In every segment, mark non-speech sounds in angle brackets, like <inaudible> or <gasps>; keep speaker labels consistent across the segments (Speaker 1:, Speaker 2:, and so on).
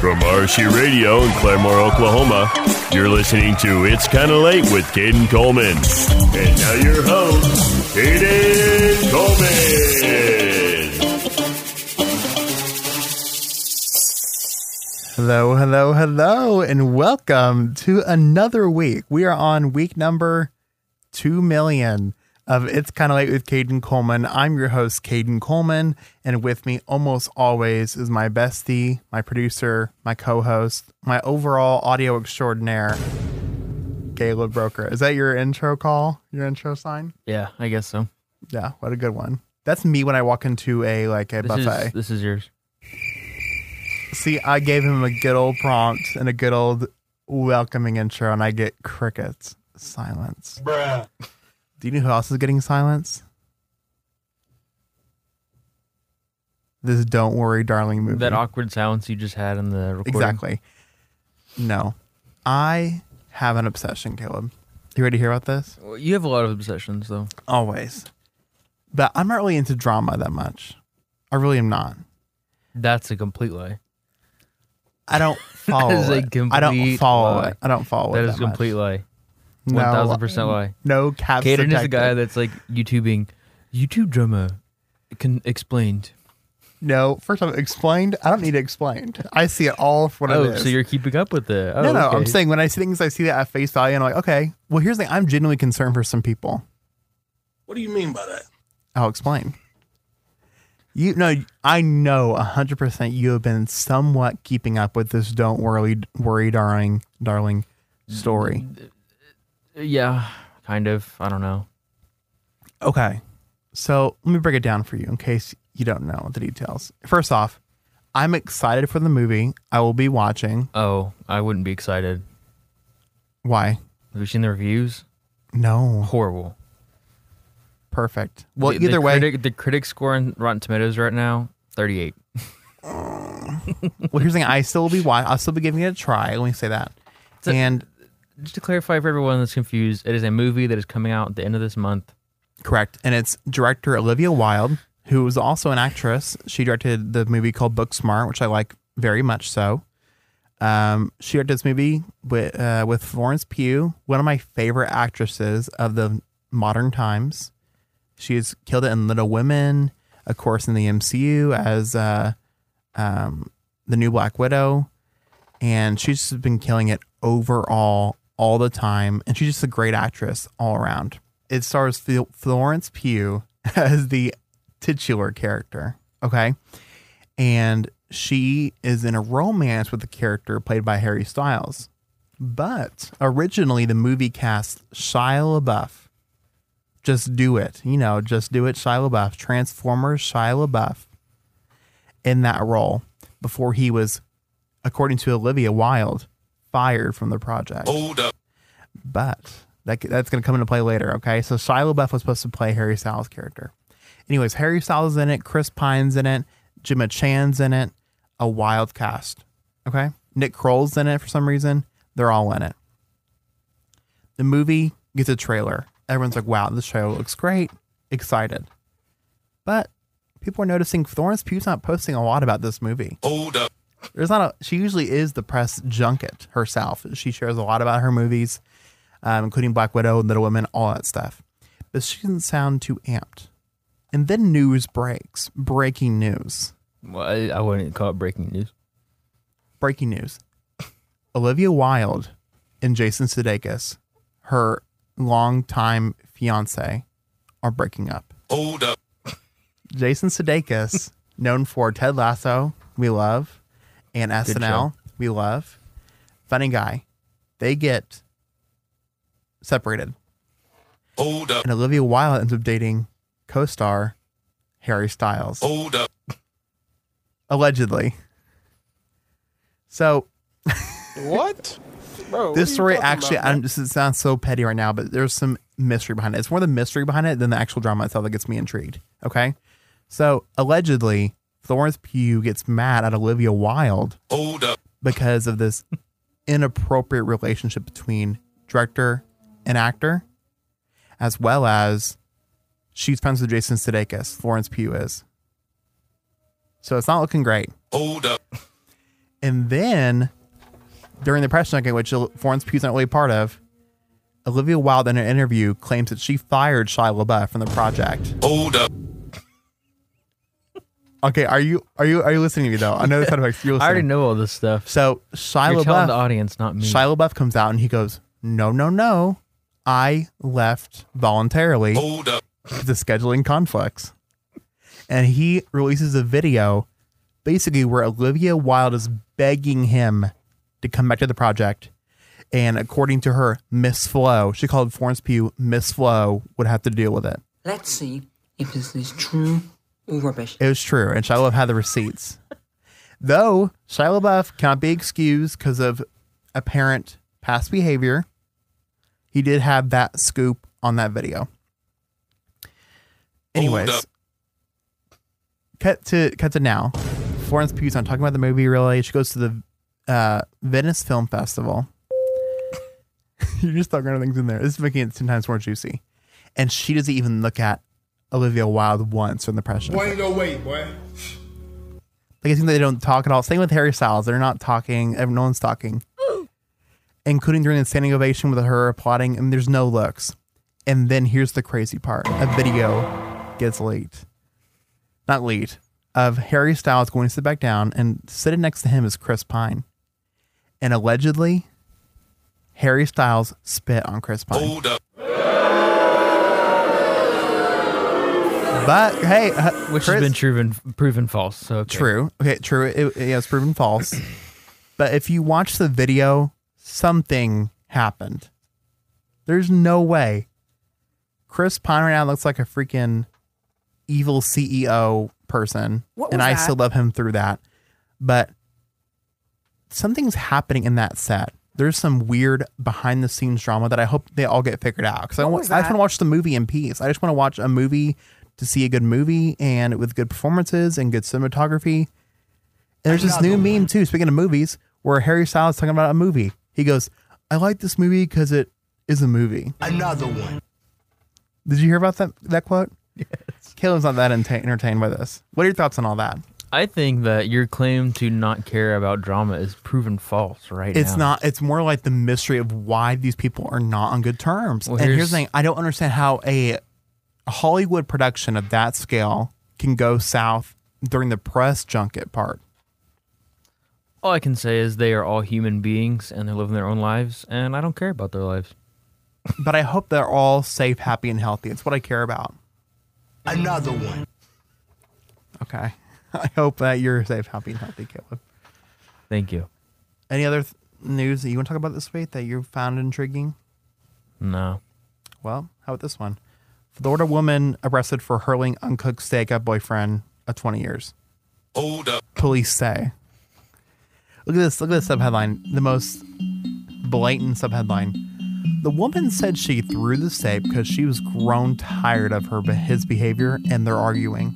Speaker 1: From RC Radio in Claremore, Oklahoma, you're listening to It's Kinda Late with Caden Coleman. And now your host, Caden Coleman.
Speaker 2: Hello, hello, hello, and welcome to another week. We are on week number 2 million of It's Kind of Late with Caden Coleman. I'm your host, Caden Coleman, and with me almost always is my bestie, my producer, my co host, my overall audio extraordinaire, Caleb Broker. Is that your intro call? Your intro sign?
Speaker 3: Yeah, I guess so.
Speaker 2: Yeah, what a good one. That's me when I walk into a like a
Speaker 3: This
Speaker 2: buffet.
Speaker 3: is this is yours.
Speaker 2: See, I gave him a good old prompt and a good old welcoming intro, and I get crickets. Silence. Bruh. Do you know who else is getting silence? This Don't Worry Darling movie.
Speaker 3: That awkward silence you just had in the recording.
Speaker 2: Mm-hmm. exactly. No. I have an obsession, Caleb. You ready to hear about this?
Speaker 3: Well, You have a lot of obsessions, though.
Speaker 2: Always. But I'm not really into drama that much. I really am not.
Speaker 3: That's a complete lie.
Speaker 2: I
Speaker 3: <laughs>
Speaker 2: don't follow
Speaker 3: is a
Speaker 2: it. I don't
Speaker 3: complete
Speaker 2: follow
Speaker 3: lie.
Speaker 2: it. I don't follow it.
Speaker 3: that is a
Speaker 2: much.
Speaker 3: complete lie.
Speaker 2: No,
Speaker 3: One thousand percent lie.
Speaker 2: No caps.
Speaker 3: Caden is the guy
Speaker 2: detected.
Speaker 3: that's like YouTubing, YouTube drama, can explained.
Speaker 2: No, first of all, explained. I don't need it explained. I see it all for what
Speaker 3: oh,
Speaker 2: it is.
Speaker 3: so you're keeping up with it? Oh,
Speaker 2: no, no. I'm
Speaker 3: okay.
Speaker 2: saying when I see things, I see that at face value, and I'm like, okay. Well, here's the thing. I'm genuinely concerned for some people.
Speaker 4: What do you mean by that?
Speaker 2: I'll explain. You know, I know hundred percent you have been somewhat keeping up with this. Don't worry, worry, darling, darling, story.
Speaker 3: Yeah, kind of. I don't know.
Speaker 2: Okay. So let me break it down for you in case you don't know the details. First off, I'm excited for the movie. I will be watching.
Speaker 3: Oh, I wouldn't be excited.
Speaker 2: Why?
Speaker 3: Have you seen the reviews?
Speaker 2: No.
Speaker 3: Horrible.
Speaker 2: Perfect. Well,
Speaker 3: The- the
Speaker 2: either way,
Speaker 3: critic, the critic score on Rotten Tomatoes right now, thirty-eight.
Speaker 2: well, here's the thing. I still will be watching. I'll still be giving it a try. Let me say that.
Speaker 3: a-
Speaker 2: and
Speaker 3: Just to clarify for everyone that's confused, it is a movie that is coming out at the end of this month.
Speaker 2: correct. And it's director Olivia Wilde, who is also an actress. She directed the movie called Booksmart, which I like very much. So, um, she directed this movie with uh, with Florence Pugh, one of my favorite actresses of the modern times. She has killed it in Little Women, of course, in the MCU as uh, um, the new Black Widow, and she's just been killing it overall all the time. And she's just a great actress all around. It stars Fl- Florence Pugh <laughs> as the titular character. Okay, and she is in a romance with the character played by Harry Styles. But originally, the movie cast Shia LaBeouf. Just do it, you know, just do it, Shia LaBeouf, Transformers Shia LaBeouf, in that role before he was, according to Olivia Wilde, fired from the project.
Speaker 4: Hold up.
Speaker 2: But that, that's going to come into play later, okay? So Shia LaBeouf was supposed to play Harry Styles' character. Anyways, Harry Styles is in it, Chris Pine's in it, Jimma Chan's in it, a wild cast, okay? Nick Kroll's in it for some reason. They're all in it. The movie gets a trailer. Everyone's like, wow, this trailer looks great. Excited. But people are noticing Florence Pugh's not posting a lot about this movie.
Speaker 4: Hold up.
Speaker 2: There's not a. She usually is the press junket herself. She shares a lot about her movies, um, including Black Widow, Little Women, all that stuff. But she doesn't sound too amped. And then news breaks. Breaking news.
Speaker 3: Well, I, I wouldn't call it breaking news.
Speaker 2: Breaking news. Olivia Wilde and Jason Sudeikis, her longtime fiance, are breaking up.
Speaker 4: Hold up.
Speaker 2: Jason Sudeikis, known for Ted Lasso, we love, and SNL, we love. Funny guy. They get separated,
Speaker 4: Hold up.
Speaker 2: and Olivia Wilde ends up dating co-star Harry Styles,
Speaker 4: Hold up.
Speaker 2: allegedly. So
Speaker 5: What? Bro, what are
Speaker 2: this
Speaker 5: you
Speaker 2: story
Speaker 5: talking
Speaker 2: actually,
Speaker 5: about, man?
Speaker 2: I'm, this is- sounds so petty right now, but there's some mystery behind it. It's more the mystery behind it than the actual drama itself that gets me intrigued. Okay, so allegedly, Florence Pugh gets mad at Olivia Wilde
Speaker 4: Hold up.
Speaker 2: because of this inappropriate relationship between director and actor, as well as she's friends with Jason Sudeikis, Florence Pugh is. So it's not looking great.
Speaker 4: Hold up.
Speaker 2: And then during the press junket, which Florence Pugh's not really a part of, Olivia Wilde in an interview claims that she fired Shia LaBeouf from the project.
Speaker 4: Hold up.
Speaker 2: Okay, are you are you are you listening to me though? I know the sound effects. You're listening.
Speaker 3: <laughs> I already know all this stuff.
Speaker 2: So Shia
Speaker 3: You're telling the
Speaker 2: LaBeouf,
Speaker 3: audience, not me.
Speaker 2: Shia LaBeouf comes out and he goes, "No, no, no, I left voluntarily."
Speaker 4: Hold up.
Speaker 2: the scheduling conflicts. And he releases a video basically where Olivia Wilde is begging him to come back to the project. And according to her, Miss Flo, she called Florence Pugh Miss Flo, would have to deal with it.
Speaker 6: Let's see if this is true or rubbish.
Speaker 2: It was true. And Shia LaBeouf had the receipts. Though Shia LaBeouf cannot be excused because of apparent past behavior, he did have that scoop on that video. Anyways,
Speaker 4: up.
Speaker 2: cut to cut to now. Florence Pugh's not talking about the movie really. She goes to the uh, Venice Film Festival. <laughs> You're just talking about things in there. This is making it ten times more juicy. And she doesn't even look at Olivia Wilde once from the press. junket.
Speaker 7: One go away, boy.
Speaker 2: Like I think they don't talk at all. Same with Harry Styles. They're not talking. ev- No one's talking.
Speaker 3: <gasps>
Speaker 2: Including during the standing ovation with her applauding, and there's no looks. And then here's the crazy part. A video gets leaked. Not leaked. Of Harry Styles going to sit back down and sitting next to him is Chris Pine. And allegedly, Harry Styles spit on Chris Pine.
Speaker 4: Hold up.
Speaker 2: But hey, uh,
Speaker 3: which
Speaker 2: Chris-
Speaker 3: has been proven proven false. So okay.
Speaker 2: True. Okay, true. It, it, yeah, it's proven false. but if you watch the video, something happened. There's no way. Chris Pine right now looks like a freaking evil CEO person.
Speaker 8: What
Speaker 2: and
Speaker 8: was
Speaker 2: I
Speaker 8: that?
Speaker 2: still love him through that. But something's happening in that set. There's some weird behind the scenes drama that I hope they all get figured out. Because I, wa- I
Speaker 8: was
Speaker 2: just want to
Speaker 8: that?
Speaker 2: watch the movie in peace. I just want to watch a movie to see a good movie and with good performances and good cinematography. And there's this new meme too. Speaking of movies, where Harry Styles is talking about a movie, he goes, "I like this movie because it is a movie."
Speaker 7: Another one.
Speaker 2: Did you hear about that that quote? Yes. Caleb's not that enta- entertained by this. What are your thoughts on all that?
Speaker 3: I think that your claim to not care about drama is proven false right
Speaker 2: It's
Speaker 3: now.
Speaker 2: not. It's more like the mystery of why these people are not on good terms.
Speaker 3: Well,
Speaker 2: and here's,
Speaker 3: here's-
Speaker 2: the thing: I don't understand how a Hollywood production of that scale can go south during the press junket part.
Speaker 3: All I can say is they are all human beings and they're living their own lives, and I don't care about their lives.
Speaker 2: But I hope they're all safe, happy, and healthy. It's what I care about.
Speaker 7: Another one.
Speaker 2: Okay. <laughs> I hope that you're safe, happy, and healthy, Caleb.
Speaker 3: Thank you.
Speaker 2: Any other th- news that you want to talk about this week that you found intriguing?
Speaker 3: No.
Speaker 2: Well, how about this one? Florida woman arrested for hurling uncooked steak at boyfriend of 20 years.
Speaker 4: Hold up.
Speaker 2: Police say. Look at this. Look at this subheadline. The most blatant subheadline. The woman said she threw the steak because she was grown tired of her his behavior and they're arguing.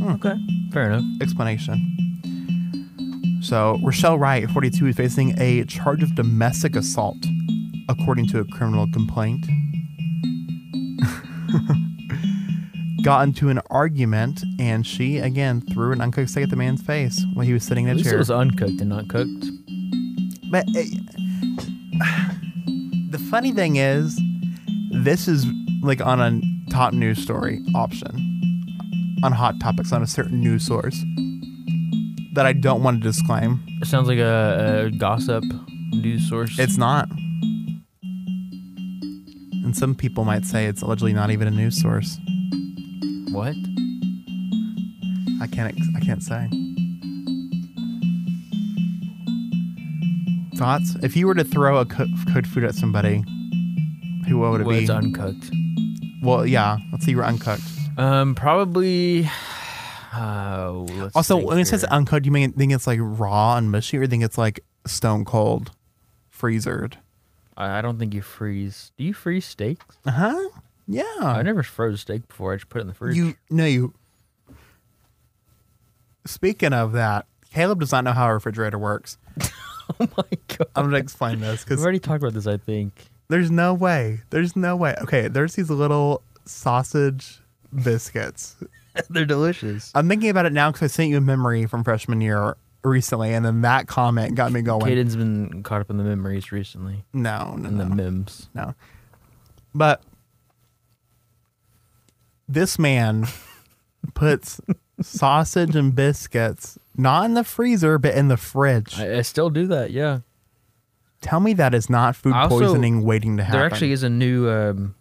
Speaker 2: Hmm.
Speaker 3: Okay. Fair enough.
Speaker 2: explanation. So, Rochelle Wright, 42, is facing a charge of domestic assault, according to a criminal complaint. <laughs> Got into an argument, and she again threw an uncooked steak at the man's face while he was sitting in
Speaker 3: At
Speaker 2: a
Speaker 3: least it
Speaker 2: chair.
Speaker 3: was uncooked and not cooked.
Speaker 2: But it, the funny thing is, this is like on a top news story option on Hot Topics on a certain news source that I don't want to disclaim.
Speaker 3: It sounds like a, a gossip news source.
Speaker 2: It's not. And some people might say it's allegedly not even a news source.
Speaker 3: what?
Speaker 2: I can't. ex- I can't say. Thoughts? If you were to throw a co- cooked food at somebody, who would it
Speaker 3: Well,
Speaker 2: be?
Speaker 3: it's uncooked.
Speaker 2: Well, yeah. Let's see. You're uncooked.
Speaker 3: Um, probably. <sighs> Oh, let's
Speaker 2: Also,
Speaker 3: think
Speaker 2: when it says
Speaker 3: here.
Speaker 2: uncooked, you may think it's like raw and mushy, or you think it's like stone cold, freezered.
Speaker 3: I I don't think you freeze. Do you freeze steaks?
Speaker 2: Uh huh.
Speaker 3: I
Speaker 2: Yeah.
Speaker 3: never froze steak before. I just put it in the fridge. <laughs>
Speaker 2: You no you. Speaking of that, Caleb does not know how a refrigerator works.
Speaker 3: oh
Speaker 2: <laughs>
Speaker 3: my god!
Speaker 2: I'm gonna explain this
Speaker 3: We've
Speaker 2: because
Speaker 3: already talked about this.
Speaker 2: <laughs>
Speaker 3: I think.
Speaker 2: There's no way. There's no way. Okay, there's these little sausage biscuits.
Speaker 3: They're delicious.
Speaker 2: I'm thinking about it now because I sent you a memory from freshman year recently, and then that comment got me going.
Speaker 3: Caden's been caught up in the memories recently
Speaker 2: No, no,
Speaker 3: and
Speaker 2: no.
Speaker 3: the memes.
Speaker 2: No. But this man
Speaker 3: <laughs>
Speaker 2: puts sausage and biscuits not in the freezer but in the fridge.
Speaker 3: I, I still do that. Yeah,
Speaker 2: Tell me that is not food
Speaker 3: I also-
Speaker 2: poisoning waiting to happen.
Speaker 3: there actually is a new um,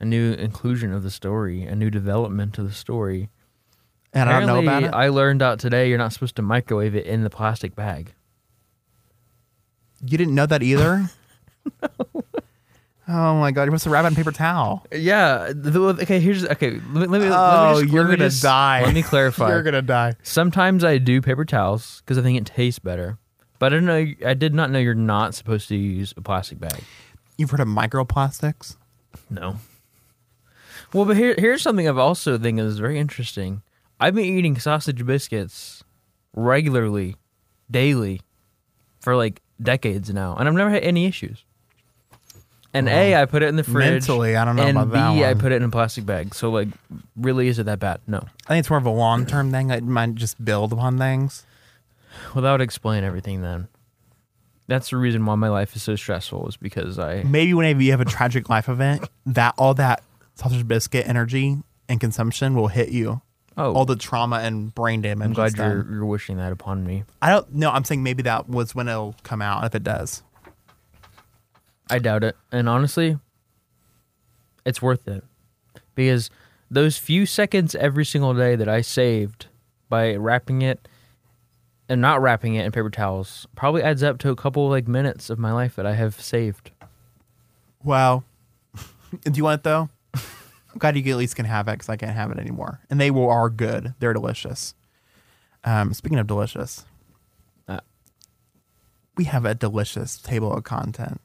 Speaker 3: a new inclusion of the story, a new development to the story.
Speaker 2: and I don't know about
Speaker 3: Apparently,
Speaker 2: it.
Speaker 3: I learned out today you're not supposed to microwave it in the plastic bag.
Speaker 2: you didn't know that
Speaker 3: <laughs>
Speaker 2: either. Oh my god! You're supposed to wrap it in paper towel.
Speaker 3: Yeah. The, okay. Here's okay. Let me. Let me, let
Speaker 2: Oh,
Speaker 3: me just,
Speaker 2: you're
Speaker 3: let me
Speaker 2: gonna
Speaker 3: just-
Speaker 2: die.
Speaker 3: Let me
Speaker 2: <laughs>
Speaker 3: clarify.
Speaker 2: You're gonna die.
Speaker 3: Sometimes I do paper towels because I think it tastes better. But I don't know. I did not know you're not supposed to use a plastic bag.
Speaker 2: You've heard of microplastics?
Speaker 3: No. Well, but here, here's something I've also think is very interesting. I've been eating sausage biscuits regularly, daily, for like decades now, and I've never had any issues. And a, I put it in the fridge.
Speaker 2: mentally, I don't know
Speaker 3: and
Speaker 2: about that
Speaker 3: B, I
Speaker 2: one.
Speaker 3: put it in a plastic bag. So like, really, is it that bad? No.
Speaker 2: I think it's more of a long-term thing. It might just build upon things.
Speaker 3: Well, that would explain everything then. That's the reason why my life is so stressful is because I
Speaker 2: maybe whenever you have a tragic life event, that all that sausage biscuit energy and consumption will hit you.
Speaker 3: oh
Speaker 2: All the trauma and brain damage.
Speaker 3: I'm
Speaker 2: and
Speaker 3: glad
Speaker 2: stuff.
Speaker 3: you're you're wishing that upon me.
Speaker 2: I don't know. I'm saying maybe that was when it'll come out. If it does,
Speaker 3: I doubt it. And honestly, it's worth it. Because those few seconds every single day that I saved by wrapping it and not wrapping it in paper towels probably adds up to a couple like minutes of my life that I have saved.
Speaker 2: wow. <laughs> Do you want it though? I'm glad you at least can have it because I can't have it anymore. And they will are good. They're delicious. Um, speaking of delicious,
Speaker 3: Uh.
Speaker 2: we have a delicious table of content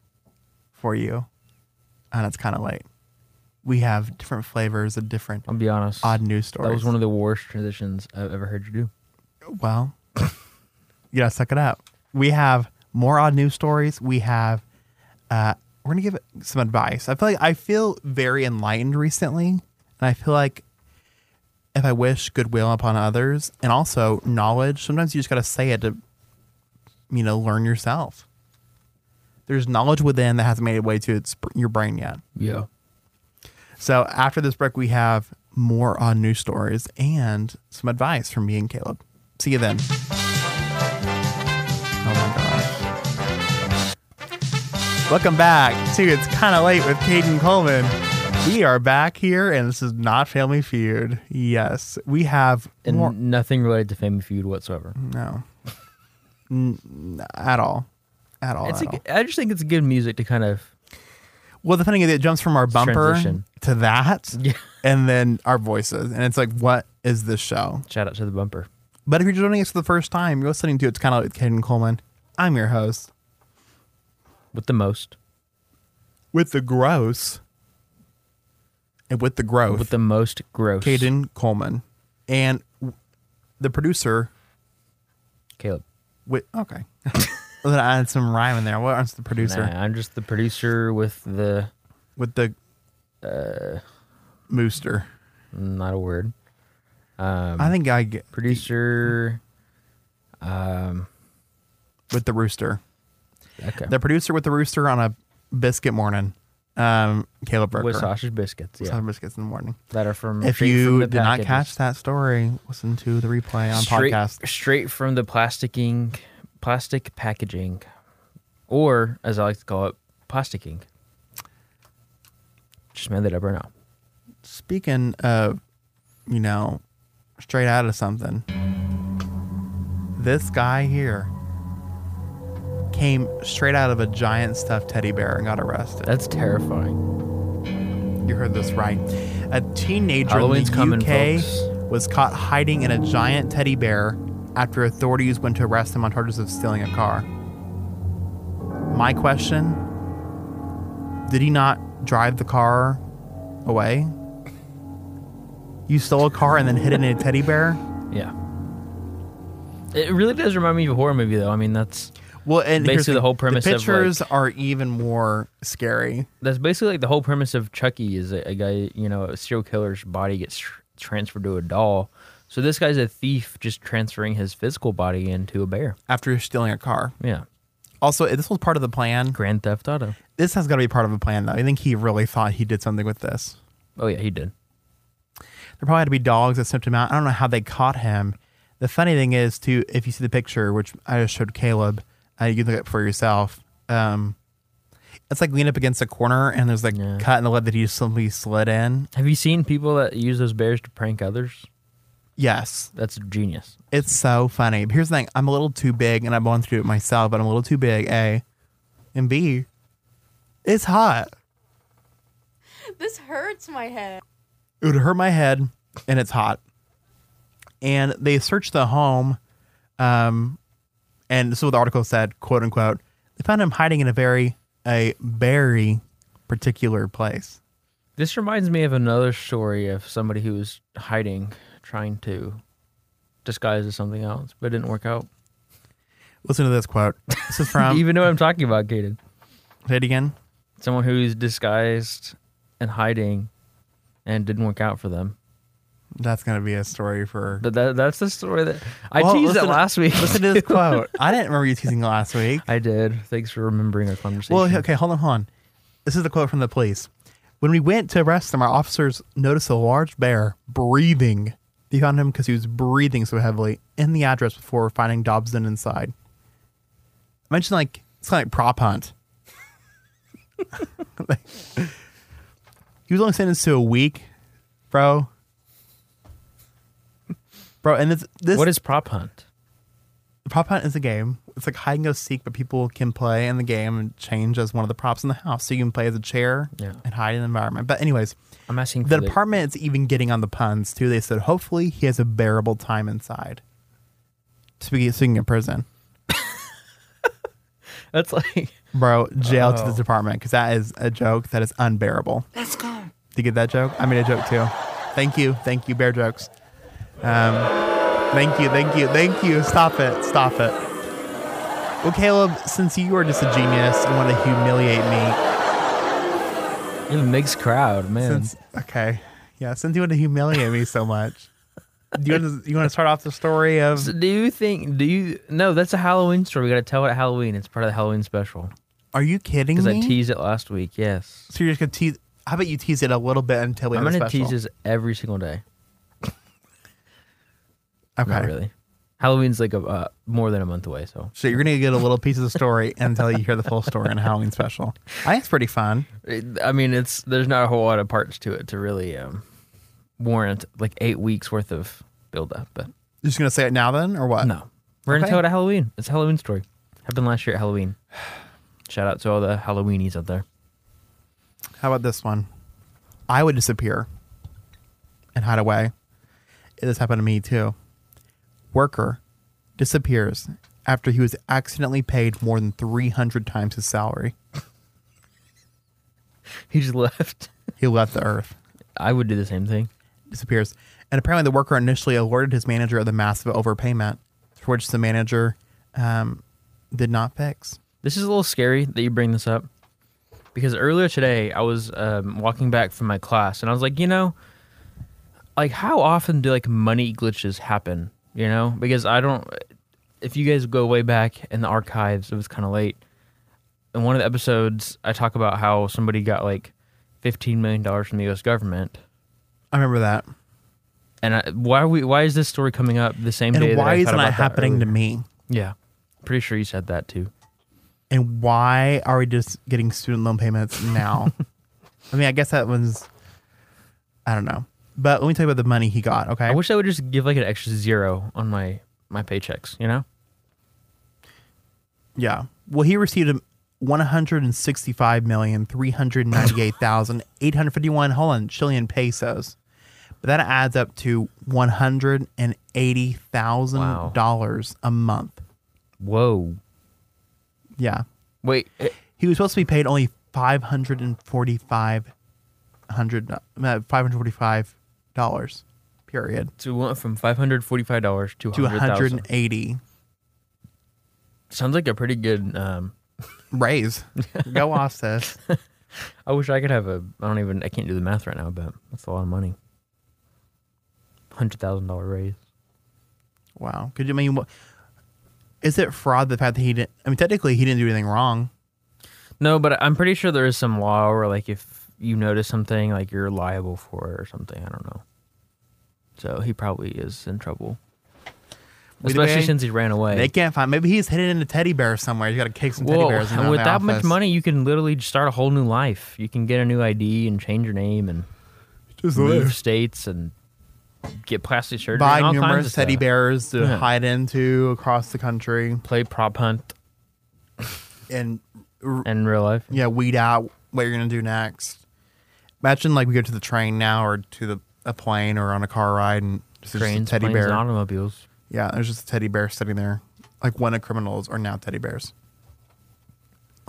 Speaker 2: for you, and it's kind of late. We have different flavors of different
Speaker 3: I'll be honest.
Speaker 2: odd news
Speaker 3: that
Speaker 2: stories.
Speaker 3: was one of the worst transitions I've ever heard you do.
Speaker 2: well, <coughs> you gotta suck it up. We have more odd news stories. We have uh, we're gonna give it some advice. I feel like I feel very enlightened recently, and I feel like if I wish goodwill upon others and also knowledge, sometimes you just gotta say it to you know learn yourself. There's knowledge within that hasn't made its way to its, your brain yet.
Speaker 3: Yeah.
Speaker 2: So after this break, we have more on news stories and some advice from me and Caleb. See you then. Oh my gosh. Welcome back to It's Kinda Late with Caden Coleman. We are back here, and this is not Family Feud. Yes, we have
Speaker 3: And
Speaker 2: more.
Speaker 3: nothing related to Family Feud whatsoever.
Speaker 2: No. N- at all. At all.
Speaker 3: It's
Speaker 2: at
Speaker 3: a
Speaker 2: all.
Speaker 3: g- I just think it's good music to kind of
Speaker 2: Well, the funny thing is, it jumps from our bumper
Speaker 3: Transition.
Speaker 2: to that,
Speaker 3: <laughs> Yeah.
Speaker 2: and then our voices, and it's like, what is this show?
Speaker 3: shout out to the bumper.
Speaker 2: But if you're joining us for the first time, you're listening to it's kind of like Caden Coleman. I'm your host
Speaker 3: With the most.
Speaker 2: with the gross and with the growth,
Speaker 3: With the most gross.
Speaker 2: Caden Coleman, and w- the producer.
Speaker 3: Caleb.
Speaker 2: With okay, <laughs> then I had some rhyme in there. What is the producer
Speaker 3: Nah, I'm just the producer with the
Speaker 2: with the uh, mooster?
Speaker 3: not a word Um.
Speaker 2: I think I get
Speaker 3: producer.
Speaker 2: with the rooster.
Speaker 3: Okay,
Speaker 2: The producer with the rooster on a biscuit morning. Um, Caleb Burker.
Speaker 3: with sausage biscuits. Yeah,
Speaker 2: Sausage biscuits in the morning.
Speaker 3: that are from
Speaker 2: If
Speaker 3: straight
Speaker 2: you
Speaker 3: from the
Speaker 2: did not
Speaker 3: packages.
Speaker 2: catch that story, listen to the replay on
Speaker 3: straight,
Speaker 2: podcast.
Speaker 3: straight from the plasticking, plastic packaging, or as I like to call it, plasticking. Just made that up right now.
Speaker 2: Speaking of, you know, straight out of something, this guy here came straight out of a giant stuffed teddy bear and got arrested.
Speaker 3: That's terrifying.
Speaker 2: You heard this right. A teenager
Speaker 3: Halloween's
Speaker 2: in the
Speaker 3: coming,
Speaker 2: UK
Speaker 3: folks.
Speaker 2: was caught hiding in a giant teddy bear after authorities went to arrest him on charges of stealing a car. My question Did he not drive the car away? You stole a car and then hid it in a teddy bear?
Speaker 3: Yeah. It really does remind me of a horror movie, though. I mean, that's
Speaker 2: Well, and here's
Speaker 3: Basically the whole premise
Speaker 2: The
Speaker 3: of, like-
Speaker 2: pictures are even more scary.
Speaker 3: that's basically like the whole premise of Chucky is a, a guy, you know, a serial killer's body gets tr- transferred to a doll, So this guy's a thief just transferring his physical body into a bear.
Speaker 2: after stealing a car.
Speaker 3: Yeah.
Speaker 2: Also, this was part of the plan.
Speaker 3: Grand Theft Auto.
Speaker 2: This has got to be part of a plan, though. I think he really thought he did something with this.
Speaker 3: Oh yeah, he did.
Speaker 2: There probably had to be dogs that snipped him out. I don't know how they caught him. The funny thing is, too, if you see the picture, which I just showed Caleb, uh, you can look it up for yourself. Um, it's like leaning up against a corner, and there's like
Speaker 3: Yeah.
Speaker 2: cut in the lead that he just simply slid in.
Speaker 3: Have you seen people that use those bears to prank others?
Speaker 2: Yes,
Speaker 3: That's genius.
Speaker 2: it's so funny. But here's the thing: I'm a little too big, and I'm going through it myself. But I'm a little too big, a, and b. It's hot.
Speaker 8: This hurts my head.
Speaker 2: it would hurt my head and it's hot and they searched the home um, and this is what the article said quote unquote they found him hiding in a very a very particular place
Speaker 3: This reminds me of another story of somebody who was hiding, trying to disguise as something else, but it didn't work out.
Speaker 2: listen to this quote this is <laughs> from
Speaker 3: you even know what I'm talking about, Kaden.
Speaker 2: say it again
Speaker 3: Someone who's disguised and hiding and didn't work out for them.
Speaker 2: that's gonna be a story for
Speaker 3: But that, that's the story that I
Speaker 2: Well,
Speaker 3: teased it
Speaker 2: listen-
Speaker 3: last week.
Speaker 2: listen to this quote <laughs> i didn't remember you teasing last week
Speaker 3: <laughs> I did. Thanks for remembering our conversation.
Speaker 2: Well, okay, hold on, hold on. This is the quote from the police. When we went to arrest them, our officers noticed a large bear breathing. They found him because he was breathing so heavily in the address before finding Dobson inside. Imagine like it's kind of like prop hunt. <laughs> Like, he was only sentenced to a week, bro. Bro, and this this
Speaker 3: what is prop hunt?
Speaker 2: prop hunt is a game. It's like hide and go seek, but people can play in the game and change as one of the props in the house. So you can play as a chair
Speaker 3: Yeah.
Speaker 2: and hide in the environment. But anyways,
Speaker 3: I'm asking for
Speaker 2: the department is even getting on the puns too. They said hopefully he has a bearable time inside. Speaking speaking of prison,
Speaker 3: That's like <laughs>
Speaker 2: bro, jail to
Speaker 3: Oh.
Speaker 2: this department because that is a joke that is unbearable.
Speaker 6: Let's go.
Speaker 2: Did you get that joke? I made a joke too. Thank you, thank you, bear jokes. Um, thank you, thank you, thank you. Stop it, stop it. Well, Caleb, since you are just a genius and want to humiliate me,
Speaker 3: you have a mixed crowd, man.
Speaker 2: since okay, yeah, since you want to humiliate me so much, do you want to you want to start off the story of
Speaker 3: So do you think? Do you? No, that's a Halloween story. We got to tell it at Halloween. It's part of the Halloween special
Speaker 2: Are you kidding
Speaker 3: because
Speaker 2: me?
Speaker 3: I teased it last week. Yes,
Speaker 2: so you're just gonna tease. How about you tease it a little bit until we?
Speaker 3: I'm
Speaker 2: have
Speaker 3: gonna
Speaker 2: a special?
Speaker 3: tease this every single day.
Speaker 2: Okay.
Speaker 3: Not really. Halloween's like a uh, more than a month away. So
Speaker 2: So you're gonna get a little piece of the story until you hear the full story in a Halloween special. I think it's pretty fun.
Speaker 3: It- I mean, it's there's not a whole lot of parts to it to really um, warrant like eight weeks worth of build up. But
Speaker 2: You're just gonna say it now then, or what?
Speaker 3: no, we're gonna
Speaker 2: Okay.
Speaker 3: tell it at Halloween. It's a Halloween story. Happened last year at Halloween. <sighs> Shout out to all the Halloweenies out there. <laughs>
Speaker 2: How about this one? I would disappear and hide away. This happened to me too. Worker disappears after he was accidentally paid more than 300 times his salary.
Speaker 3: He just left. <laughs>
Speaker 2: He left the earth,
Speaker 3: I would do the same thing.
Speaker 2: disappears. And apparently, the worker initially alerted his manager of the massive overpayment, which the manager um, did not fix.
Speaker 3: This is a little scary that you bring this up because earlier today I was um, walking back from my class and I was like, you know, like how often do like money glitches happen? You know, because I don't. If you guys go way back in the archives, it was kind of late. In one of the episodes, I talk about how somebody got like fifteen million dollars from the U.S. government.
Speaker 2: I remember that.
Speaker 3: And I, why are we? Why is this story coming up the same day?
Speaker 2: And
Speaker 3: that I
Speaker 2: why
Speaker 3: thought
Speaker 2: isn't
Speaker 3: about
Speaker 2: that
Speaker 3: that
Speaker 2: happening to
Speaker 3: earlier?
Speaker 2: me?
Speaker 3: Yeah, pretty sure you said that too.
Speaker 2: and why are we just getting student loan payments
Speaker 3: <laughs>
Speaker 2: now? I mean, I guess that was, I don't know. But let me tell you about the money he got. Okay,
Speaker 3: I wish I would just give like an extra zero on my my paychecks, you know?
Speaker 2: yeah. Well, he received one hundred and sixty-five million three hundred ninety-eight thousand eight hundred fifty-one hold on Chilean pesos, but that adds up to one hundred and eighty thousand
Speaker 3: Wow.
Speaker 2: dollars a month.
Speaker 3: Whoa.
Speaker 2: Yeah,
Speaker 3: Wait, eh,
Speaker 2: he was supposed to be paid only five hundred and forty-five hundred uh, five hundred forty-five dollars. Period.
Speaker 3: so we went from five hundred forty five dollars to
Speaker 2: to
Speaker 3: hundred thousand.
Speaker 2: 180
Speaker 3: Sounds like a pretty good um <laughs>
Speaker 2: raise. Go off, sis.
Speaker 3: I wish I could have a I don't even I can't do the math right now, but that's a lot of money. hundred thousand dollar raise.
Speaker 2: Wow. Could you I mean what? Is it fraud the fact that he didn't? I mean, technically, he didn't do anything wrong.
Speaker 3: No, but I'm pretty sure there is some law where like if you notice something, like you're liable for it or something. I don't know. So he probably is in trouble.
Speaker 2: Either
Speaker 3: Especially
Speaker 2: way,
Speaker 3: since he ran away.
Speaker 2: They can't find. Maybe he's hidden in a teddy bear somewhere. He's got to kick some teddy
Speaker 3: Whoa,
Speaker 2: bears.
Speaker 3: and with that much money, you can literally just start a whole new life. You can get a new ID and change your name and move states and get plastic surgery. and
Speaker 2: buy
Speaker 3: all kinds
Speaker 2: numerous
Speaker 3: of
Speaker 2: teddy
Speaker 3: stuff.
Speaker 2: bears to
Speaker 3: Yeah.
Speaker 2: hide into across the country
Speaker 3: Play prop hunt
Speaker 2: and
Speaker 3: in real life.
Speaker 2: yeah, weed out what you're gonna do next. Imagine like we go to the train now, or to the a plane, or on a car ride, and just, there's just
Speaker 3: Trains,
Speaker 2: a teddy
Speaker 3: planes,
Speaker 2: bear.
Speaker 3: and automobiles.
Speaker 2: Yeah, there's just a teddy bear sitting there. Like one of criminals are now teddy bears.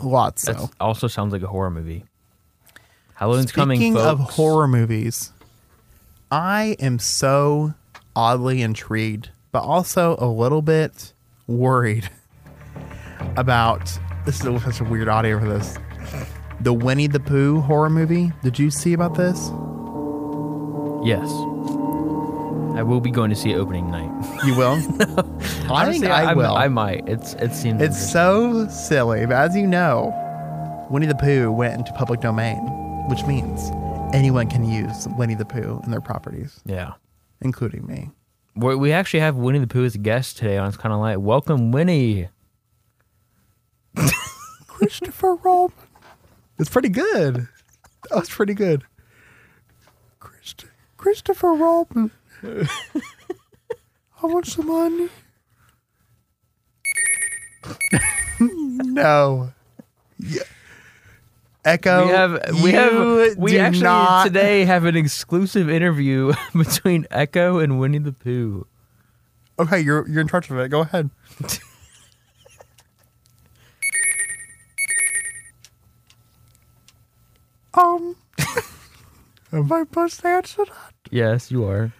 Speaker 2: Lots.
Speaker 3: That
Speaker 2: So
Speaker 3: also sounds like a horror movie. Halloween's coming,
Speaker 2: speaking
Speaker 3: folks.
Speaker 2: of horror movies, I am so oddly intrigued, but also a little bit worried <laughs> about this is such a weird audio for this. The Winnie the Pooh horror movie. Did you see about this?
Speaker 3: Yes. I will be going to see it
Speaker 2: <laughs>
Speaker 3: opening night.
Speaker 2: You
Speaker 3: <laughs>
Speaker 2: will. I think I,
Speaker 3: I'm-
Speaker 2: will.
Speaker 3: I might. It's it seems
Speaker 2: It's so silly, but as you know, Winnie the Pooh went into public domain, which means anyone can use Winnie the Pooh in their properties,
Speaker 3: yeah.
Speaker 2: including me.
Speaker 3: we we actually have Winnie the Pooh as a guest today on It's Kind of Like. Welcome, Winnie.
Speaker 2: Christopher Robin. It's pretty good. That was pretty good. Christ- Christopher
Speaker 3: <laughs>
Speaker 2: Robin. I want some money. no. Yeah. Echo.
Speaker 3: we have we have we
Speaker 2: do
Speaker 3: actually
Speaker 2: not- <laughs>
Speaker 3: today have an exclusive interview <laughs> between Echo and Winnie the Pooh.
Speaker 2: Okay, you're you're in charge of it. Go ahead. <laughs> um, <laughs> am I supposed to answer that?
Speaker 3: Yes, you are.